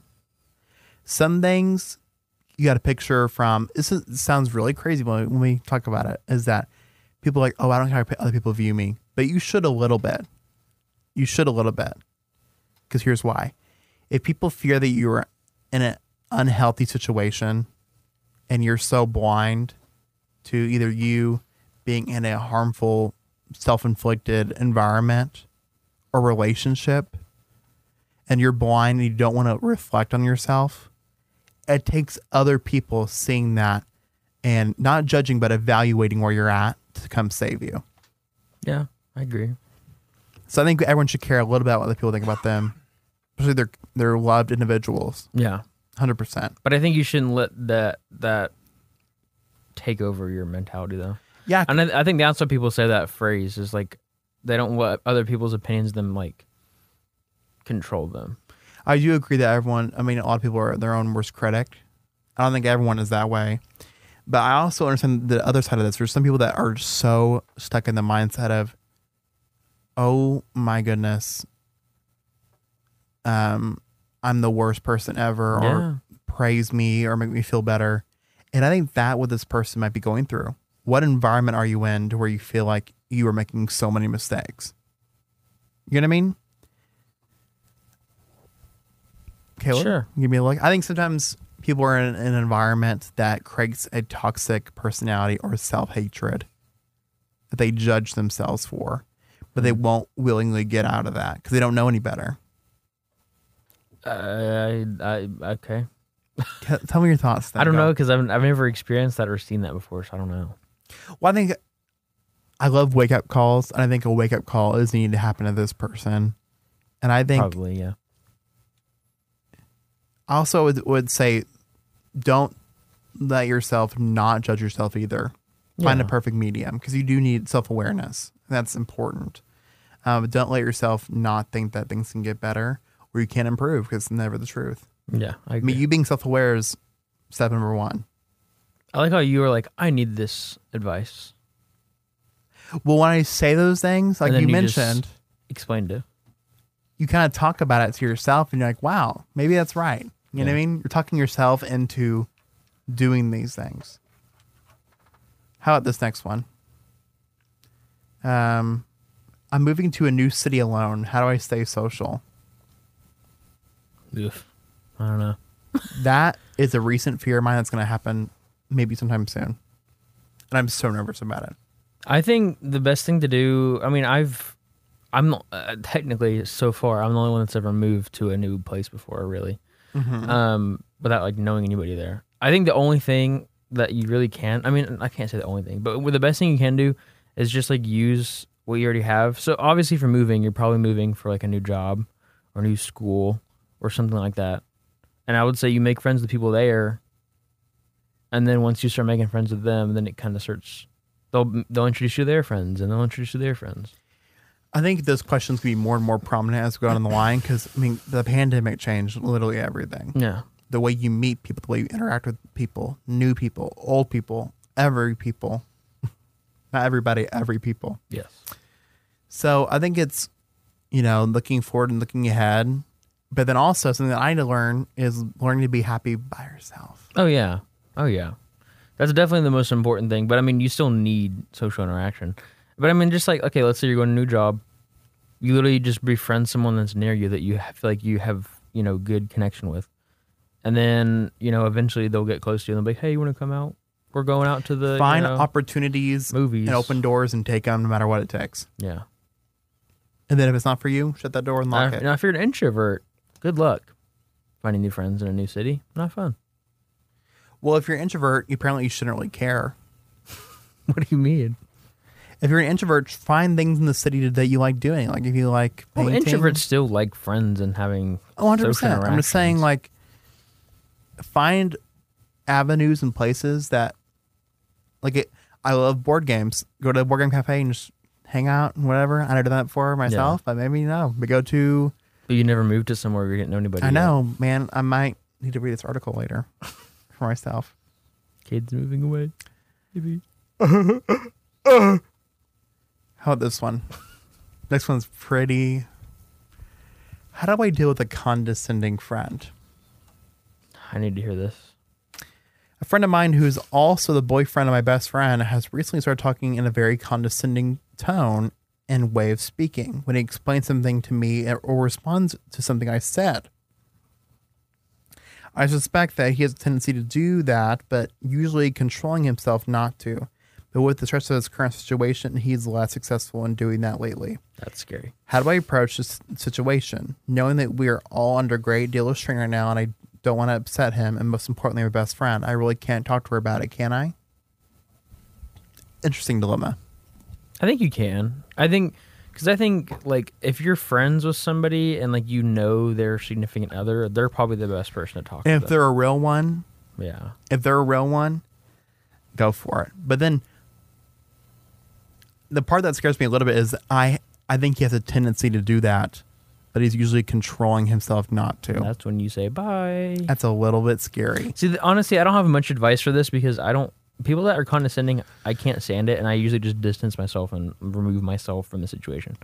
Speaker 2: Some things you got a picture from. This is, it sounds really crazy when we, when we talk about it. Is that people are like, oh, I don't care how pe- other people view me, but you should a little bit. You should a little bit, because here's why: if people fear that you are in an unhealthy situation, and you're so blind to either you being in a harmful, self inflicted environment or relationship, and you're blind and you don't want to reflect on yourself, it takes other people seeing that and not judging, but evaluating where you're at to come save you.
Speaker 3: Yeah, I agree.
Speaker 2: So I think everyone should care a little bit about what other people think about them, especially their, their loved individuals,
Speaker 3: Yeah.
Speaker 2: 100%.
Speaker 3: But I think you shouldn't let that that take over your mentality though.
Speaker 2: Yeah,
Speaker 3: And I, I think that's why people say that phrase is like they don't let other people's opinions them like control them.
Speaker 2: I do agree that everyone, I mean, a lot of people are their own worst critic. I don't think everyone is that way. But I also understand the other side of this. There's some people that are so stuck in the mindset of, oh my goodness, um, I'm the worst person ever, or praise me, or make me feel better. And I think that what this person might be going through. What environment are you in to where you feel like you are making so many mistakes? You know what I mean? Caleb,
Speaker 3: Sure.
Speaker 2: give me a look. I think sometimes people are in an environment that creates a toxic personality or self hatred that they judge themselves for, but they won't willingly get out of that because they don't know any better.
Speaker 3: I, I, I okay.
Speaker 2: T- tell me your thoughts. Then,
Speaker 3: I don't
Speaker 2: Kyle.
Speaker 3: know because I've I've never experienced that or seen that before, so I don't know.
Speaker 2: Well, I think I love wake up calls, and I think a wake up call is needed to happen to this person. And I think
Speaker 3: Probably yeah.
Speaker 2: I also would, would say, don't let yourself not judge yourself either. Find a
Speaker 3: Yeah.
Speaker 2: perfect medium because you do need self awareness. That's important. Um, but don't let yourself not think that things can get better or you can't improve because it's never the truth.
Speaker 3: Yeah, I
Speaker 2: I mean,
Speaker 3: agree.
Speaker 2: you being self aware is step number one.
Speaker 3: I like how you were like, I need this advice.
Speaker 2: Well, when I say those things, like
Speaker 3: And then
Speaker 2: you,
Speaker 3: you just-
Speaker 2: mentioned,
Speaker 3: Explained it.
Speaker 2: you kind of talk about it to yourself and you're like, wow, maybe that's right. You know what I mean? You're talking yourself into doing these things. How about this next one? Um, I'm moving to a new city alone. How do I stay social?
Speaker 3: I don't know.
Speaker 2: That is a recent fear of mine that's going to happen maybe sometime soon. And I'm so nervous about it.
Speaker 3: I think the best thing to do. I mean, I've, I'm not, uh, technically so far. I'm the only one that's ever moved to a new place before, really, um, without like knowing anybody there. I think the only thing that you really can. I mean, I can't say the only thing, but the best thing you can do is just like use what you already have. So obviously, for moving, you're probably moving for like a new job or new school or something like that. And I would say you make friends with people there, and then once you start making friends with them, then it kind of starts they'll they'll introduce you to their friends and they'll introduce you to their friends.
Speaker 2: I think those questions can be more and more prominent as we go down the line because, I mean, the pandemic changed literally everything.
Speaker 3: Yeah.
Speaker 2: the way you meet people, the way you interact with people, new people, old people, every people. <laughs> Not everybody, every people.
Speaker 3: Yes.
Speaker 2: So I think it's, you know, looking forward and looking ahead. But then also something that I need to learn is learning to be happy by yourself.
Speaker 3: Oh yeah. Oh yeah. That's definitely the most important thing. But I mean, you still need social interaction. But I mean, just like okay, let's say you're going to a new job, you literally just befriend someone that's near you that you ha- feel like you have you know good connection with, and then you know eventually they'll get close to you and they'll be like, hey, you want to come out? We're going out to the you
Speaker 2: Find
Speaker 3: know-
Speaker 2: opportunities
Speaker 3: Uh, movies.
Speaker 2: and open doors and take them no matter what it takes.
Speaker 3: Yeah.
Speaker 2: And then if it's not for you, shut that door and lock
Speaker 3: I-
Speaker 2: it.
Speaker 3: Now, if you're an introvert, good luck finding new friends in a new city. Not fun.
Speaker 2: Well, if you're an introvert, you apparently you shouldn't really care.
Speaker 3: <laughs> What do you mean?
Speaker 2: If you're an introvert, find things in the city that you like doing. Like if you like
Speaker 3: Well,
Speaker 2: painting.
Speaker 3: introverts still like friends and having
Speaker 2: Oh, 100
Speaker 3: social
Speaker 2: percent. I'm just saying,
Speaker 3: interactions.
Speaker 2: like, find avenues and places that, like, it. I love board games. Go to a board game cafe and just hang out and whatever. I never done that before myself, but maybe you know. But go to.
Speaker 3: but you never moved to somewhere where you didn't know anybody.
Speaker 2: I
Speaker 3: yet.
Speaker 2: know, man. I might need to read this article later <laughs> for myself.
Speaker 3: kids moving away. Maybe
Speaker 2: How How about this one? Next one's pretty. How do I deal with a condescending friend?
Speaker 3: I need to hear this.
Speaker 2: A friend of mine who's also the boyfriend of my best friend has recently started talking in a very condescending tone and way of speaking when he explains something to me or responds to something I said. I suspect that he has a tendency to do that, but usually controlling himself not to. But with the stress of his current situation, he's less successful in doing that lately.
Speaker 3: That's scary.
Speaker 2: How do I approach this situation? Knowing that we are all under a great deal of strain right now and I don't want to upset him, and most importantly, my best friend, I really can't talk to her about it, can I? Interesting dilemma.
Speaker 3: I think you can. I think because I think like if you're friends with somebody and like you know their significant other, they're probably the best person to talk
Speaker 2: And
Speaker 3: to.
Speaker 2: if they're a real one,
Speaker 3: yeah,
Speaker 2: if they're a real one, go for it. But then the part that scares me a little bit is I I think he has a tendency to do that, but he's usually controlling himself not to.
Speaker 3: that's when you say bye.
Speaker 2: That's a little bit scary.
Speaker 3: See, th- honestly, I don't have much advice for this because I don't. People that are condescending, I can't stand it, and I usually just distance myself and remove myself from the situation.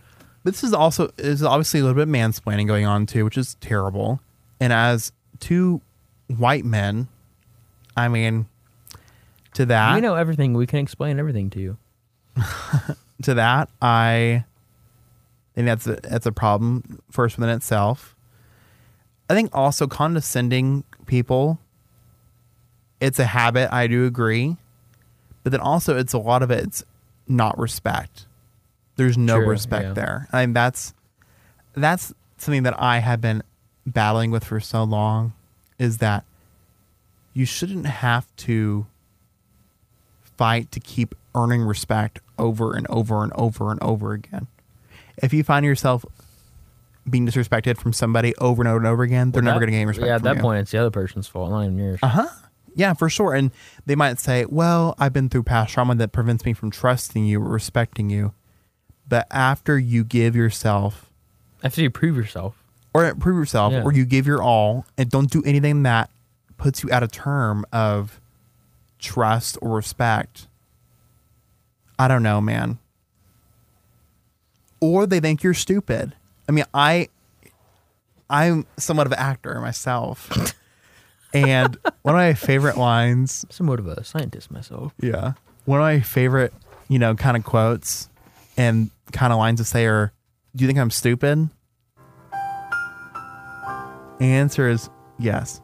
Speaker 2: But this is also is obviously a little bit of mansplaining going on too, which is terrible. And as two white men, I mean, to that
Speaker 3: we know everything. We can explain everything to you.
Speaker 2: to that, I think that's a, that's a problem first within itself. I think also condescending people. It's a habit. I do agree, but then also it's a lot of it's not respect. There's no
Speaker 3: True,
Speaker 2: respect
Speaker 3: yeah.
Speaker 2: there. I mean that's that's something that I have been battling with for so long is that you shouldn't have to fight to keep earning respect over and over and over and over again. If you find yourself being disrespected from somebody over and over and over again, they're never
Speaker 3: That-
Speaker 2: going to gain respect.
Speaker 3: Yeah, at
Speaker 2: from
Speaker 3: that
Speaker 2: you.
Speaker 3: point, it's the other person's fault, not even yours.
Speaker 2: Yeah, for sure. And they might say, well, I've been through past trauma that prevents me from trusting you or respecting you. But after you give yourself
Speaker 3: After you prove yourself,
Speaker 2: or prove yourself
Speaker 3: Yeah.
Speaker 2: or you give your all and don't do anything that puts you out of term of trust or respect. I don't know, man. Or they think you're stupid. I mean, I I'm somewhat of an actor myself. and one of my favorite lines
Speaker 3: somewhat of a scientist myself.
Speaker 2: yeah. One of my favorite, you know, kind of quotes and kind of lines to say are, Do you think I'm stupid? The answer is yes.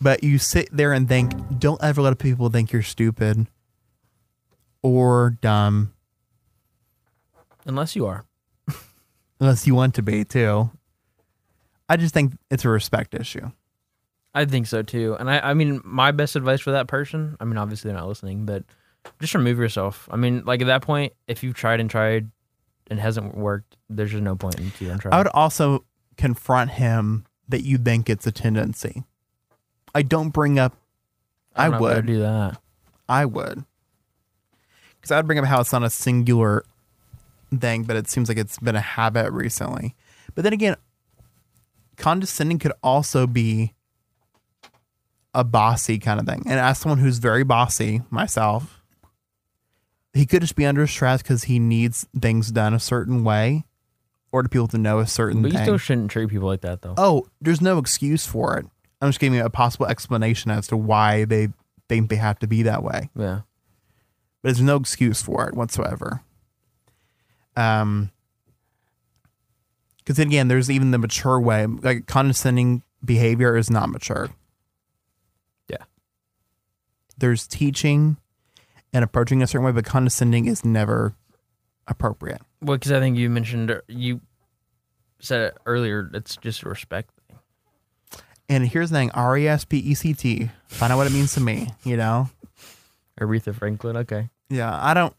Speaker 2: but you sit there and think, Don't ever let people think you're stupid or dumb,
Speaker 3: Unless you are.
Speaker 2: unless you want to be too. I just think it's a respect issue.
Speaker 3: I think so too. And I, I mean, my best advice for that person, I mean, obviously they're not listening, but just remove yourself. I mean, like at that point, if you've tried and tried and it hasn't worked, there's just no point in keeping trying.
Speaker 2: I would also confront him that you think it's a tendency. I don't bring up. I,
Speaker 3: don't know if
Speaker 2: would.
Speaker 3: I'd do that.
Speaker 2: I would. Because I would bring up how it's not a singular thing, but it seems like it's been a habit recently. But then again, condescending could also be a bossy kind of thing. And as someone who's very bossy myself, he could just be under stress because he needs things done a certain way or to people to know a certain
Speaker 3: But you
Speaker 2: thing.
Speaker 3: still shouldn't treat people like that, though.
Speaker 2: oh, there's no excuse for it. I'm just giving you a possible explanation as to why they think they have to be that way
Speaker 3: Yeah.
Speaker 2: but there's no excuse for it whatsoever. Um, because again, there's even the mature way. Like condescending behavior is not mature.
Speaker 3: Yeah.
Speaker 2: There's teaching and approaching a certain way, but condescending is never appropriate.
Speaker 3: Well, because I think you mentioned, uh, you said it earlier, it's just a respect thing.
Speaker 2: And here's the thing: R E S P E C T. Find out what it means to me. You know.
Speaker 3: Aretha Franklin, okay.
Speaker 2: Yeah, I don't.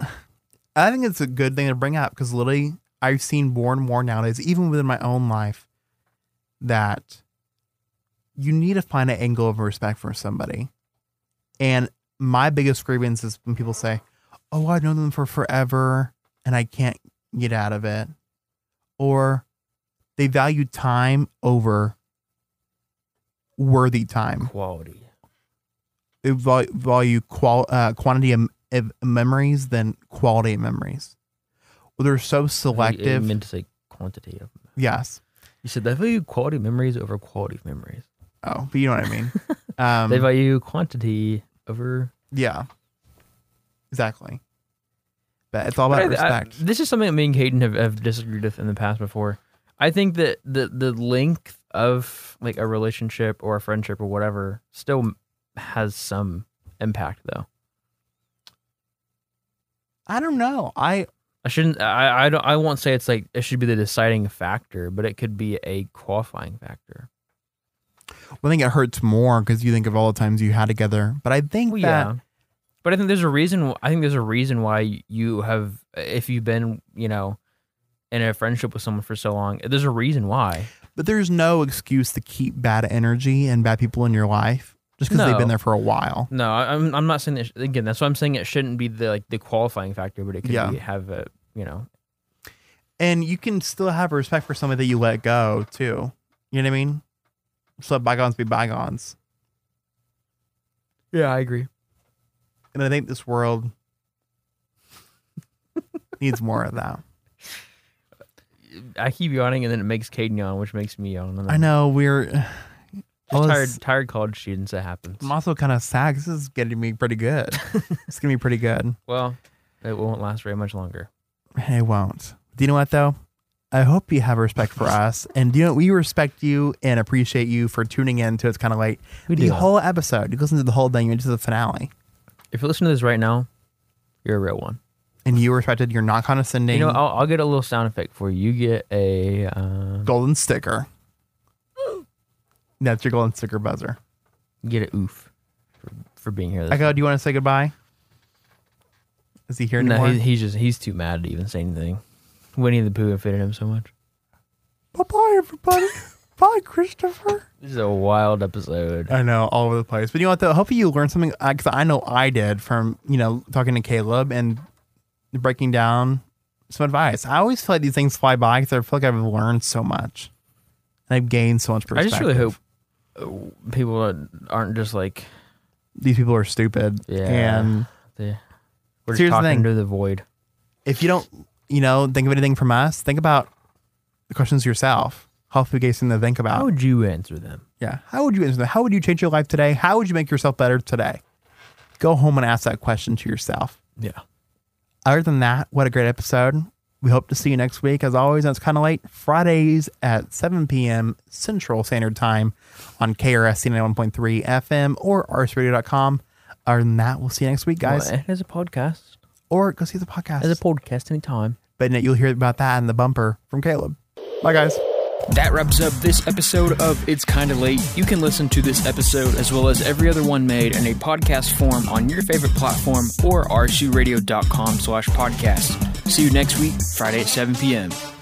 Speaker 2: I think it's a good thing to bring up because literally, I've seen more and more nowadays, even within my own life, that you need to find an angle of respect for somebody. And my biggest grievance is when people say, "Oh, I've known them for forever, and I can't get out of it," or they value time over worthy time
Speaker 3: Quality.
Speaker 2: they val- value qual- uh, quantity and of memories than quality of memories. Well, they're so
Speaker 3: I
Speaker 2: selective.
Speaker 3: meant to say quantity of.
Speaker 2: yes.
Speaker 3: You said they value quality memories over quality memories.
Speaker 2: Oh, but you know what I
Speaker 3: <laughs>
Speaker 2: mean. Um,
Speaker 3: they value quantity over.
Speaker 2: Yeah. Exactly. But it's all about
Speaker 3: But I- I-
Speaker 2: respect.
Speaker 3: this is something that me and Caden have, have disagreed with in the past before. I think that the the length of like a relationship or a friendship or whatever still has some impact though.
Speaker 2: I, don't know. I
Speaker 3: I shouldn't. I I don't. I won't say it's like it should be the deciding factor, but it could be a qualifying factor.
Speaker 2: I think it hurts more because you think of all the times you had together. But I think
Speaker 3: Well,
Speaker 2: that
Speaker 3: yeah, but I think there's a reason. I think there's a reason why you have, if you've been, you know, in a friendship with someone for so long, there's a reason why.
Speaker 2: But there's no excuse to keep bad energy and bad people in your life just because they've
Speaker 3: No.
Speaker 2: been there for a while.
Speaker 3: No, I- I'm I'm not saying that, sh- again. That's why I'm saying it shouldn't be the like the qualifying factor, but it could
Speaker 2: Yeah.
Speaker 3: be, have a you know.
Speaker 2: And you can still have respect for somebody that you let go too. You know what I mean? Just let bygones be bygones.
Speaker 3: Yeah, I agree.
Speaker 2: And I think this world <laughs> needs more of that.
Speaker 3: I keep yawning, and then it makes Caden yawn, which makes me yawn. And
Speaker 2: I know <sighs> we're
Speaker 3: I'm
Speaker 2: all this-
Speaker 3: tired, tired college students. That happens.
Speaker 2: I'm also kind of sad. 'cause This is getting me pretty <laughs> good. it's gonna be pretty good.
Speaker 3: Well, it won't last very much longer.
Speaker 2: It won't. Do you know what though? I hope you have respect for us, and do you know we respect you and appreciate you for tuning in to it's kind of late.
Speaker 3: We
Speaker 2: the
Speaker 3: do.
Speaker 2: whole episode. You listen to the whole thing. You're into the finale,
Speaker 3: If you listen to this right now, you're a real one.
Speaker 2: and you respected. You're not condescending.
Speaker 3: You know, I'll, I'll get a little sound effect for you. You get a. Um,
Speaker 2: golden sticker. That's your golden sticker buzzer.
Speaker 3: get a oof for, for being here. This
Speaker 2: Echo, do you want to say goodbye? Is he here
Speaker 3: no,
Speaker 2: anymore?
Speaker 3: he, he's just he's too mad to even say anything. Winnie the Pooh offended him so much.
Speaker 2: bye bye, everybody. bye, Christopher.
Speaker 3: This is a wild episode.
Speaker 2: I know, all over the place. But you know what, though? Hopefully you learned something, because I know I did from, you know, talking to Caleb and breaking down some advice. I always feel like these things fly by because I feel like I've learned so much. And I've gained so much
Speaker 3: I
Speaker 2: perspective.
Speaker 3: just really hope uh, people aren't just like
Speaker 2: These people are stupid.
Speaker 3: Yeah.
Speaker 2: And
Speaker 3: the we're just
Speaker 2: Here's the
Speaker 3: talking
Speaker 2: thing.
Speaker 3: to the void.
Speaker 2: if you don't, you know, think of anything from us, think about the questions yourself. Hopefully you gave something to think about.
Speaker 3: How would you answer them?
Speaker 2: Yeah. How would you answer that? How would you change your life today? How would you make yourself better today? Go home and ask that question to yourself.
Speaker 3: Yeah.
Speaker 2: Other than that, what a great episode. We hope to see you next week. As always, it's kind of late. Fridays at 7 p.m. Central Standard Time on KRSC 91.3 FM or rsradio.com. Other than that, we'll see you next week, guys.
Speaker 3: Well, as a podcast,
Speaker 2: Or go see the podcast.
Speaker 3: as a podcast, anytime.
Speaker 2: but you'll hear about that in the bumper from Caleb. Bye, guys.
Speaker 9: That wraps up this episode of It's Kinda Late. You can listen to this episode as well as every other one made in a podcast form on your favorite platform or rshuradio.com slash podcast. See you next week, Friday at 7 p.m.